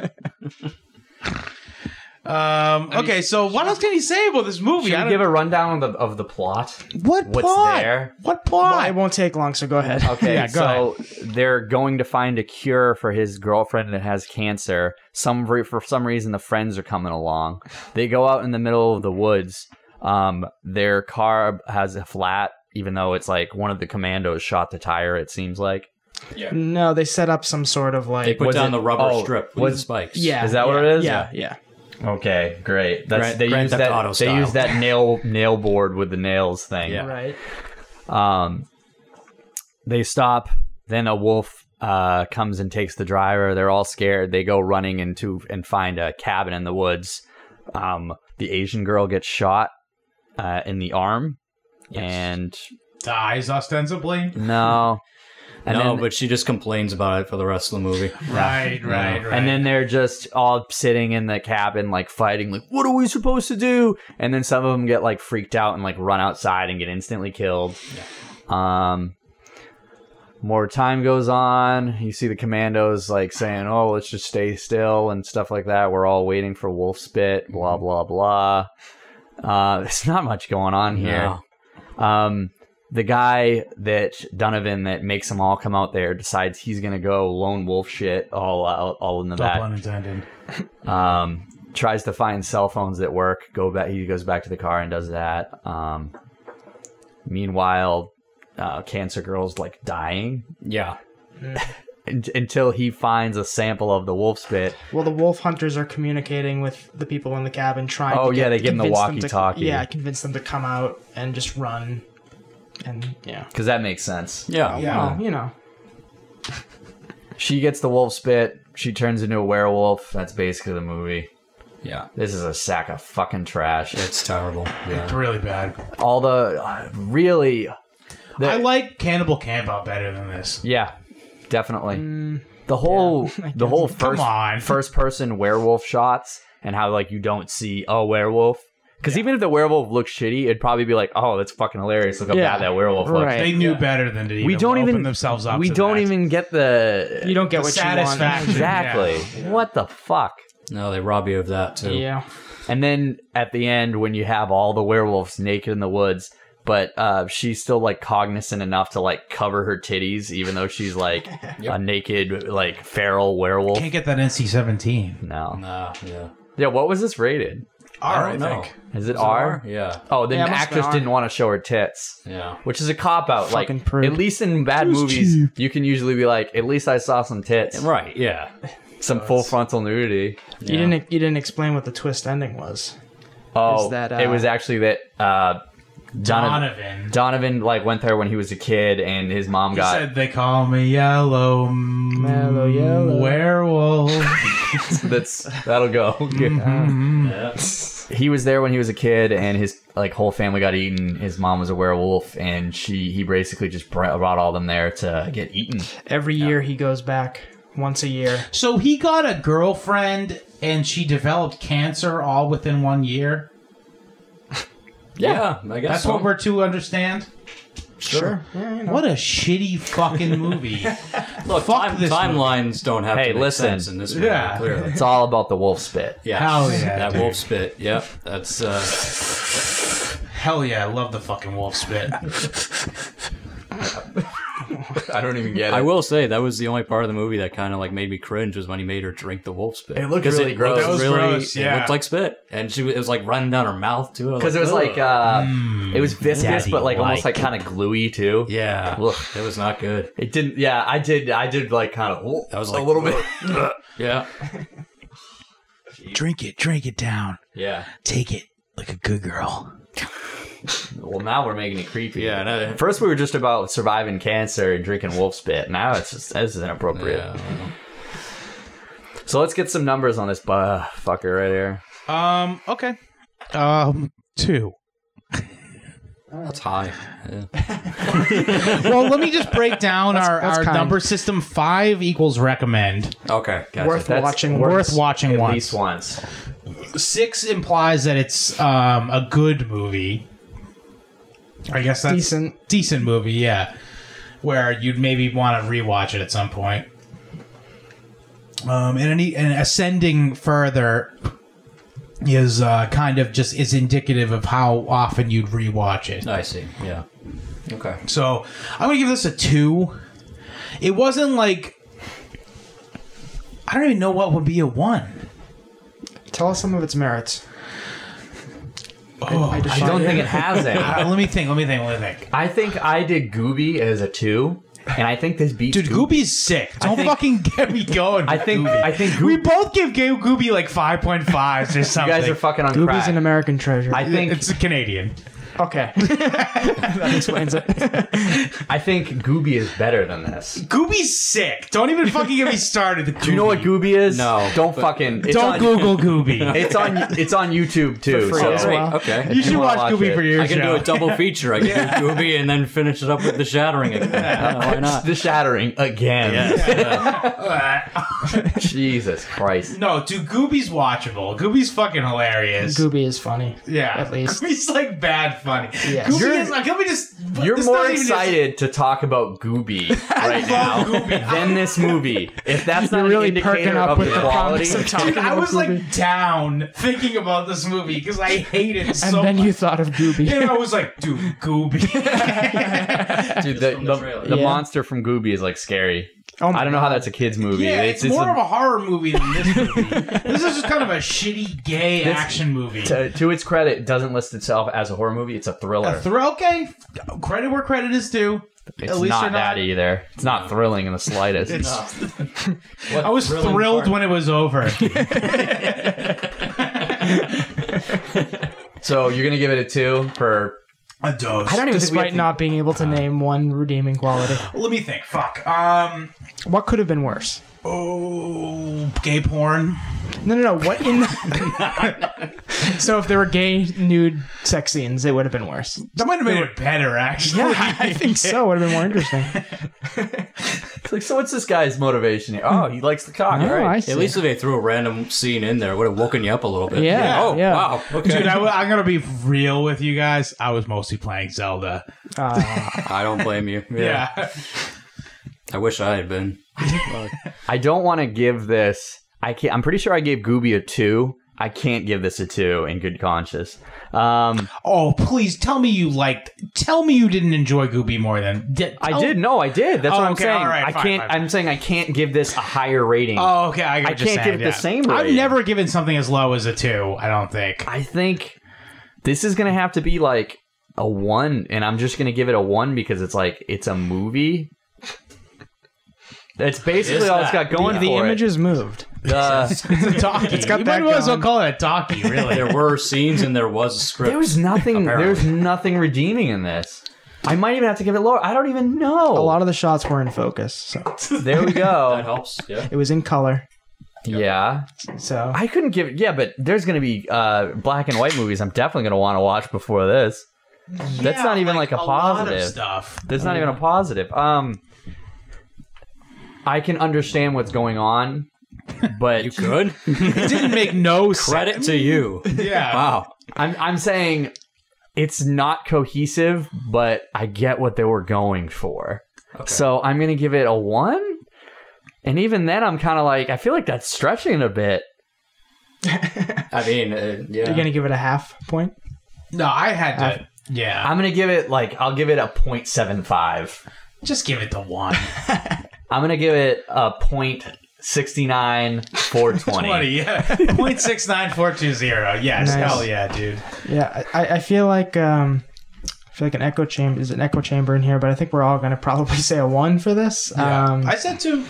um, okay, so what else can you say about this movie? Should I we don't- give a rundown of the, of the plot? what what's plot? there? What Well, it plot? won't take long, so go ahead. Okay, Yeah, go so they're going to find a cure for his girlfriend that has cancer. Some re- for some reason the friends are coming along. They go out in the middle of the woods. Um, their car has a flat, even though it's like one of the commandos shot the tire. It seems like [laughs] No, they set up some sort of They like. put Was down it- the rubber oh, strip with was- the spikes. yeah, Is that yeah, what it is? Yeah, yeah. Okay, great. That's Grand- they Grand use Theft that. Auto They style. use that nail nail board with the nails thing. Yeah. Right. Um, they stop. Then a wolf uh, comes and takes the driver. They're all scared. They go running into and find a cabin in the woods. Um, the Asian girl gets shot uh, in the arm, and Dies Ah, ostensibly. no, and no, then, but she just complains about it for the rest of the movie. Right, right, right. and then they're just all sitting in the cabin, like fighting, like what are we supposed to do? And then some of them get like freaked out and like run outside and get instantly killed. Um, more time goes on. You see the commandos like saying, "Oh, let's just stay still" and stuff like that. We're all waiting for Wolf Spit. Blah blah blah. Uh, [laughs] there's not much going on here. No. Um, the guy that Donovan that makes them all come out there decides he's gonna go lone wolf shit all out all in the Double back. unintended. Um, tries to find cell phones that work. Go back. He goes back to the car and does that. Um, meanwhile, uh, cancer girl's like dying Yeah. un- until he finds a sample of the wolf spit. Well, the wolf hunters are communicating with the people in the cabin, trying. Oh, to yeah, get, they give 'em the convince to- walkie-talkie. yeah, convince them to come out and just run, and yeah. Because that makes sense. Yeah. Oh, Yeah. Well, you know, She gets the wolf spit. She turns into a werewolf. That's basically the movie. Yeah. This is a sack of fucking trash. It's terrible. It's Yeah. really bad. All the uh, really I like Cannibal Campout better than this. Yeah, definitely. the whole [laughs] the whole first [laughs] on. first person werewolf shots and how like you don't see a werewolf because even if the werewolf looks shitty, it'd probably be like, oh, that's fucking hilarious. Look how Yeah. bad that werewolf looks. Right. They knew better than to even We don't open even themselves up. We to don't that. even get the you don't get The what satisfaction. exactly what the fuck. No, they rob you of that too. you want. Yeah. And then at the end, when you have all the werewolves naked in the woods, but uh, she's still like cognizant enough to like cover her titties, even though she's [laughs] like a naked like feral werewolf. can't get that NC-17. No. Nah, yeah. Yeah, what was this rated? R, I don't know. think. Is it Is it R? Yeah. Oh, then Yeah, it the must have been actress R. didn't want to show her tits, Yeah. which is a cop out. Like, Fucking prude. at least in bad movies, you can usually be like, at least I saw some tits, Right. Yeah. some full frontal nudity. You didn't. You didn't explain what the twist ending was. Oh, that, it uh, was actually that uh, Donovan, Donovan. Donovan like went there when he was a kid, and his mom He got said they call me yellow, mm, Mellow yellow. werewolf. [laughs] [laughs] That's that'll [laughs] go. Mm-hmm, He was there when he was a kid, and his like whole family got eaten. His mom was a werewolf, and she he basically just br- brought all them there to get eaten. Every year he goes back once a year. so he got a girlfriend, and she developed cancer all within one year. Yeah. I guess That's so. what we're to understand. sure. What a shitty fucking movie. Look, Fuck time, this timelines don't have Hey, to make listen. sense in this movie. Yeah. Clearly. It's all about the wolf spit. Yeah. Hell yeah, That dude. wolf spit. Yep. That's uh. Hell yeah, I love the fucking wolf spit. I don't even get I will say that was the only part of the movie that kind of like made me cringe was when he made her drink the wolf spit. It looked 'Cause really gross. That was gross, it yeah. looked like spit, and she was, it was like running down her mouth too. I because it was "Ugh." like uh, it was viscous, Mm. Daddy but like almost like like. kind of gluey too. yeah, Ugh. it was not good. It didn't. Yeah, I did. I did like kind of. That was a like- little bit. [laughs] Yeah, drink it, drink it down. yeah. Take it like a good girl. Well, now we're making it creepy. yeah, no, First, we were just about surviving cancer and drinking wolf spit. Now it's just this is inappropriate. yeah. So let's get some numbers on this bu- fucker right here. Um, okay. Um, two. That's high. Yeah. Well, let me just break down our, that's our kind. number system. Five equals recommend. Okay, gotcha. Worth That's watching. Worth watching At once. least once. Six implies that it's um, a good movie. I guess that's Decent. decent movie, yeah. Where you'd maybe want to rewatch it at some point. Um, and any and ascending further is uh, kind of just is indicative of how often you'd rewatch it. I see. Yeah. Okay. So I'm gonna give this a two. It wasn't like I don't even know what would be a one. Tell us some of its merits. I, Oh, I don't think it has any. Uh, let me think. Let me think. Let me think. I think I did Gooby as a two, and I think this beats Dude, Goob- Gooby's sick. Don't think- fucking get me going. I with think- Gooby. I think Goob- we both give Gay Gooby like five point fives [laughs] or You something. guys are fucking on Gooby's crack. an American treasure. I think It's a Canadian. [laughs] okay, that explains it. I think Gooby is better than this. Gooby's sick. Don't even fucking [laughs] get me started. with Gooby. Do you know what Gooby is? No. Don't fucking. It's Don't on, [laughs] Google Gooby. It's on. It's on YouTube too. free so- as well. Okay. you should wanna watch, watch Gooby it. for your I can show. do a double feature. I can do Gooby and then finish it up with the shattering again. Yeah, why not? The shattering again. [laughs] Uh, Jesus Christ. no, dude, Gooby's watchable. Gooby's fucking hilarious. Gooby is funny. yeah, [laughs] at [laughs] least. Gooby's like bad funny. Yes. Gooby You're- is like, let me just. You're this more doesn't even- excited to talk [laughs] about Gooby right now love Gooby. than this movie. If that's not You're really an perking indicator up of with the the quality, promise of [laughs] talking Dude, I about was Gooby. like down thinking about this movie because I hate [laughs] it and so then much. [laughs] you thought of Gooby. and I was like, dude, [laughs] Gooby. dude, the, from the the, trailer. the Yeah. monster from Gooby is like scary. Oh my I don't know how that's a kids movie. yeah, it's, more a- of a horror movie than this movie. this is just kind of a shitty gay This- action movie. to, uh, to its credit, it doesn't list itself as a horror movie. It's a thriller. A thr- okay, credit where credit is due. it's At least not you're that not. either. It's not thrilling in the slightest. It's- What I was thrilling thrilled part. when it was over. So you're gonna give it a two for a dose. I don't even Does we have despite to- not being able to Ah. name one redeeming quality. Let me think. Fuck. Um. What could have been worse? Oh, gay porn. No, no, no. What in? [laughs] so if there were gay nude sex scenes, it would have been worse. That might have made it better, actually. [laughs] Yeah, I think so. Would have been more interesting. It's like, so what's this guy's motivation here? Oh, he likes the cock. Oh, All I right. see. At least if they threw a random scene in there, it would have woken you up a little bit. Yeah, Oh, yeah. wow. [laughs] Okay. Dude, [laughs] I, w- I'm gonna be real with you guys. I was mostly playing Zelda. Uh, I don't blame you. Yeah. Yeah. I wish I had been. I don't want to give this. I can't. I'm pretty sure I gave Gooby a two. I can't give this a two in good conscience. Um, [laughs] Oh, please tell me you liked. Tell me you didn't enjoy Gooby more than. d- I tell- did. No, I did. That's Oh, what I'm okay, saying. all right, I fine, can't. fine, fine. I'm saying I can't give this a higher rating. Oh, okay. I, got I what you're can't give saying, it the yeah. same I've rating. never given something as low as a two. I don't think. I think this is gonna have to be like a one, and I'm just gonna give it a one because it's like it's a movie. That's basically all it's got going the for it. images moved. The- It's a talkie. It's got you that might as well going. call it a talkie, [laughs] really. There were scenes and there was a script. [laughs] There was nothing. Apparently. there was nothing redeeming in this. I might even have to give it lower. I don't even know. A lot of the shots were in focus, so There [laughs] we that go. helps. Yeah. [laughs] it was in color. yeah, So I couldn't give. Yeah, but there's gonna be uh, black and white movies. I'm definitely gonna want to watch before this. That's not even like, a Lot of positive. stuff. That's not even a positive. Um, I can understand what's going on, but You [laughs] could? It didn't make no sense. Credit to you. Yeah. Wow. I'm I'm saying it's not cohesive, but I get what they were going for. So I'm gonna give it a one. And even then, I'm kind of like, I feel like that's stretching it a bit. I mean, uh, yeah. you're gonna give it a half point. No, I had to. Yeah. I'm gonna give it like, I'll give it a 0.75. Just give it the one. I'm gonna give it a 0.69 [laughs] 420. 20, [laughs] yeah. Point six nine four two zero. Yes. Nice. Hell yeah, dude. Yeah, I, I feel like um, I feel like an echo chamber is an echo chamber in here, but I think we're all gonna [laughs] probably say a one for this. Yeah, um, I said two.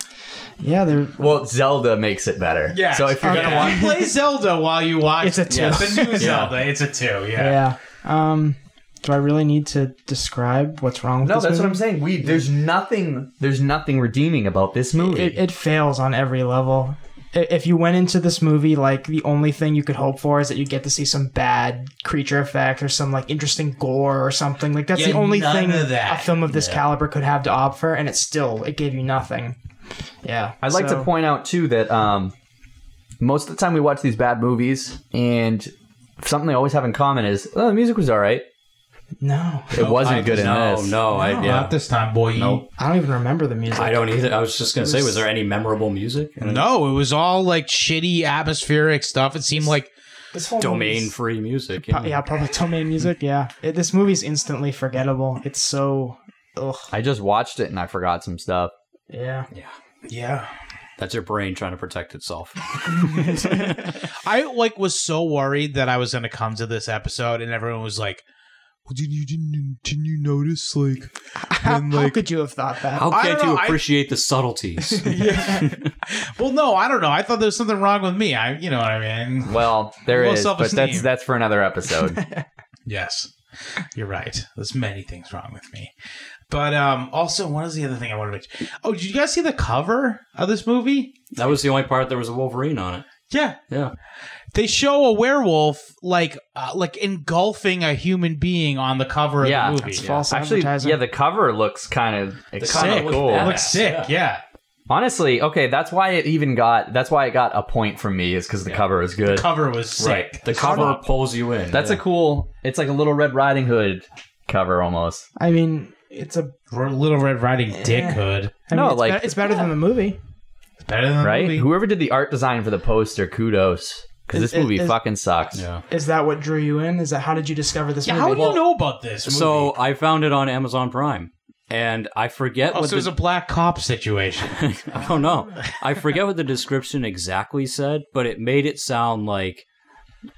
yeah, there. Well, Zelda makes it better. Yeah. So if you're Okay. gonna [laughs] watch, play Zelda while you watch It's a two. Yeah, the new Yeah. Zelda, it's a two. Yeah. Yeah. Um, do I really need to describe what's wrong with no, this that's what movie? I'm saying. We there's nothing there's nothing redeeming about this movie. it, it fails on every level. I- If you went into this movie like the only thing you could hope for is that you get to see some bad creature effect or some like interesting gore or something, like that's Yeah, the only none thing of that. a film of this caliber could have to offer, and it still it gave you nothing. Yeah, I'd like so- to point out too that um, most of the time we watch these bad movies, and something they always have in common is oh, the music was all right. No, It wasn't I- good in no, this. No, I, yeah. Not this time, boy. Nope. I don't even remember the music. I don't either. I was just going to say, was there any memorable music? No, it was all like shitty atmospheric stuff. It seemed like This whole Domain movie's- free music. Uh, yeah, public domain music. Yeah, it, this movie's instantly forgettable. It's so, ugh, I just watched it and I forgot some stuff. yeah. yeah. That's your brain trying to [laughs] protect itself. I like was so worried that I was going to come to this episode, and everyone was like, well, "Did you didn't didn't you notice like How, when how like could you have thought that? How I can't don't you know, I- appreciate the subtleties? [laughs] yeah. well, no, I don't know. I thought there was something wrong with me. I, you know what I mean? Well, there Low is, but that's self-esteem. that's for another [laughs] episode. Yes, you're right. There's many things wrong with me. But um, also, what is the other thing I wanted to? Oh, did you guys see the cover of this movie? that was the only part there was a Wolverine on it. Yeah, Yeah. they show a werewolf like uh, like engulfing a human being on the cover of Yeah, the movie. It's false Actually, advertising. yeah, the cover looks kind of it's cover kind of looks cool. It badass. looks sick. Yeah. Yeah, Honestly, okay, that's why it even got that's why it got a point from me is because the cover is good. cover was sick. The It's cover hot. pulls you in. That's yeah. a cool. It's like a little Red Riding Hood cover almost. I mean, it's a R- Little Red Riding Dick Hood. I No, mean, it's like- better, it's better than the movie. It's better than the right? movie. Whoever did the art design for the poster, kudos. Because Is- this movie is- is- fucking sucks. Yeah. Is that what drew you in? Is that how did you discover this Yeah, movie? how do you know about this? Movie? Oh, So I found it on Amazon Prime, and I forget Oh, what so the it's a black cop situation. [laughs] I don't know. I forget what the description exactly said, but it made it sound like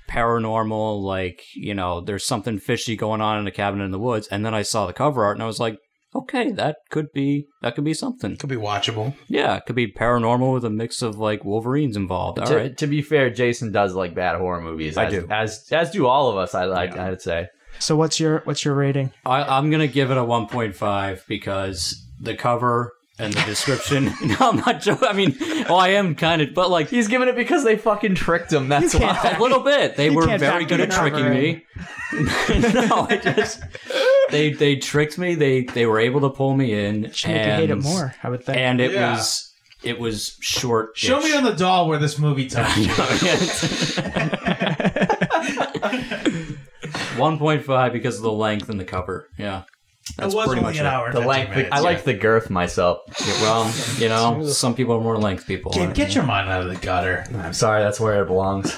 paranormal, like, you know, there's something fishy going on in a cabin in the woods. And then I saw the cover art and I was like, okay, that could be that could be something. Could be watchable. Yeah, it could be paranormal with a mix of like Wolverines involved. All To, right. to be fair, Jason does like bad horror movies. I as, do. as as do all of us. I like. I'd say So what's your what's your rating? I, I'm gonna give it a 1.5 because the cover and the description. [laughs] no, I'm not joking. I mean, well, I am kind of, but like he's giving it because they fucking tricked him. That's You can't- why. [laughs] a little bit. They were can't very factor good at the cover tricking me. [laughs] no, I just they they tricked me. They they were able to pull me in. Should and, make you hate it more. I would think. And it Yeah. was it was short. Show me on the doll where this movie touched. [laughs] you. [laughs] one point five because of the length and the cover. Yeah, it that's was pretty only much an it. hour. and the 15 length. minutes, I yeah. like the girth myself. Well, you know, some people are more length people. Get, get your mind out of the gutter. I'm sorry. That's where it belongs.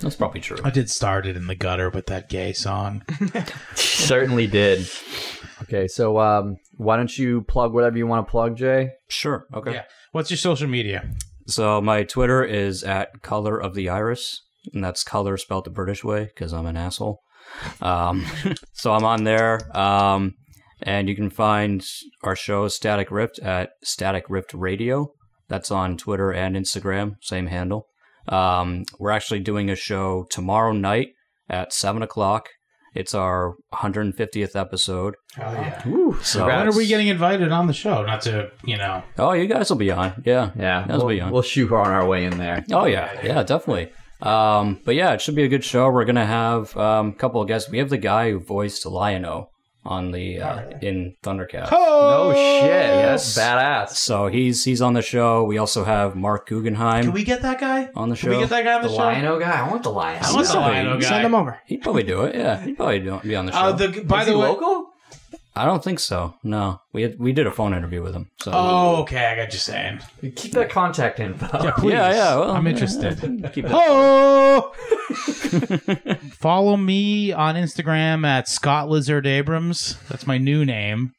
That's probably true. I did start it in the gutter with that gay song. Certainly did. Okay, so um, why don't you plug whatever you want to plug, Jay? Sure. Okay. Yeah. What's your social media? So my Twitter is at color of the iris, and that's color spelled the British way because I'm an asshole. Um, [laughs] so I'm on there, um, and you can find our show Static Rift at Static Rift Radio. That's on Twitter and Instagram, same handle. Um, we're actually doing a show tomorrow night at seven o'clock. It's our 150th episode. Oh yeah. So When are we getting invited on the show? Not to you know. Oh, you guys will be on. Yeah, Yeah, That's what you we'll, want. we'll shoehorn our way in there. Oh yeah, yeah, definitely. Um, but yeah, it should be a good show. We're gonna have um, a couple of guests. We have the guy who voiced Lion-O on the uh, in Thundercat, Oh Oh shit, that's badass. so he's he's on the show. We also have Mark Can Guggenheim we get that guy? on the show. Can we get that guy on The the, show? Lion-O guy. I want the lion. I want the Yeah. Lion-O guy. Send them over. He'd probably do it. Yeah, he'd probably do, be on the show. Uh, the, by the way. local? I don't think so. No, we had, we did a phone interview with him. So Oh, okay. I got you saying. Keep that contact info. yeah, yeah. well, I'm yeah, interested. keep it. Oh! [laughs] Follow me on Instagram at Scott Lizard Abrams. That's my new name.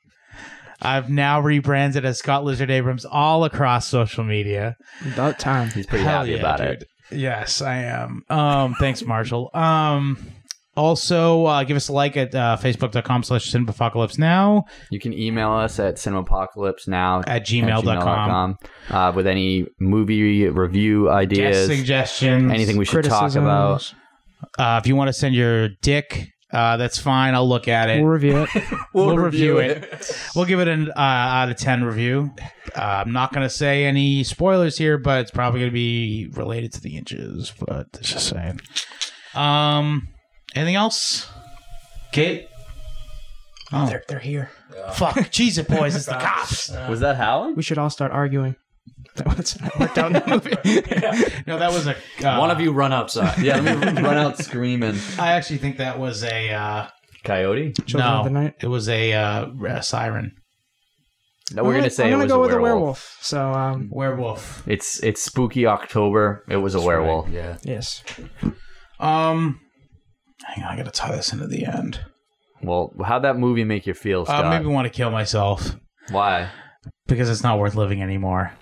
I've now rebranded as Scott Lizard Abrams all across social media. About time. He's pretty Hell happy yeah, about it. dude. Yes, I am. Um, thanks, Marshall. Um, also, uh, give us a like at uh, facebook.com slash cinepocalypse now You can email us at cinemapocalypse now at gmail.com. uh, with any movie review Guest ideas, suggestions. anything we should talk Criticisms. about. Uh, if you want to send your dick, uh, that's fine. I'll look at it. We'll review [laughs] it. we'll, review, it. We'll give it an uh, out of 10 review. Uh, I'm not going to say any spoilers here, but it's probably going to be related to the inches, but just saying. Um, anything else? Kate? Oh, They're, they're here. fuck. Jeez, it, boys. It's the cops. Was that Howling? We should all start arguing. [laughs] That was that worked [laughs] out in the movie. No, that was a. Uh, One of you run outside. [laughs] Yeah, let me run out screaming. I actually think that was a. Uh, Coyote? Children no, of the Night. it was a, uh, a siren. No, we're I'm gonna say I'm it gonna was go a with werewolf. a werewolf. So um, Werewolf. It's it's spooky October. It was a werewolf. Yeah. yes. Um, hang on, I gotta tie this into the end. Well, how'd that movie make you feel, Uh, Scott? maybe want to kill myself Why? because it's not worth living anymore.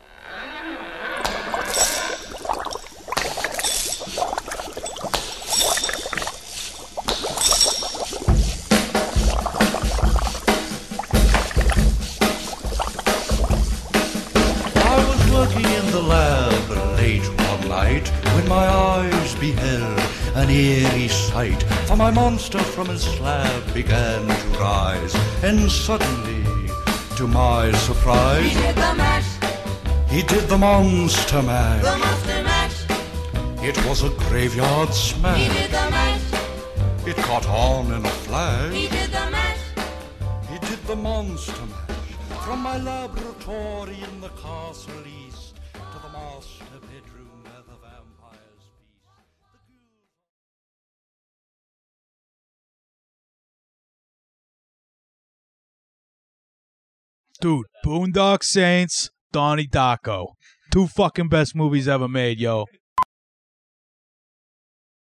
eerie sight, for my monster from his slab began to rise, and suddenly, to my He surprise, did the mash, he did the monster mash. the monster mash. It was a graveyard He smash. did the mash, It caught on in a flash. he did the mash. He did the monster mash from my laboratory in the castle east to the master bedroom where the vampires feast. Dude, Boondock Saints, Donnie Darko. Two fucking best movies ever made, yo.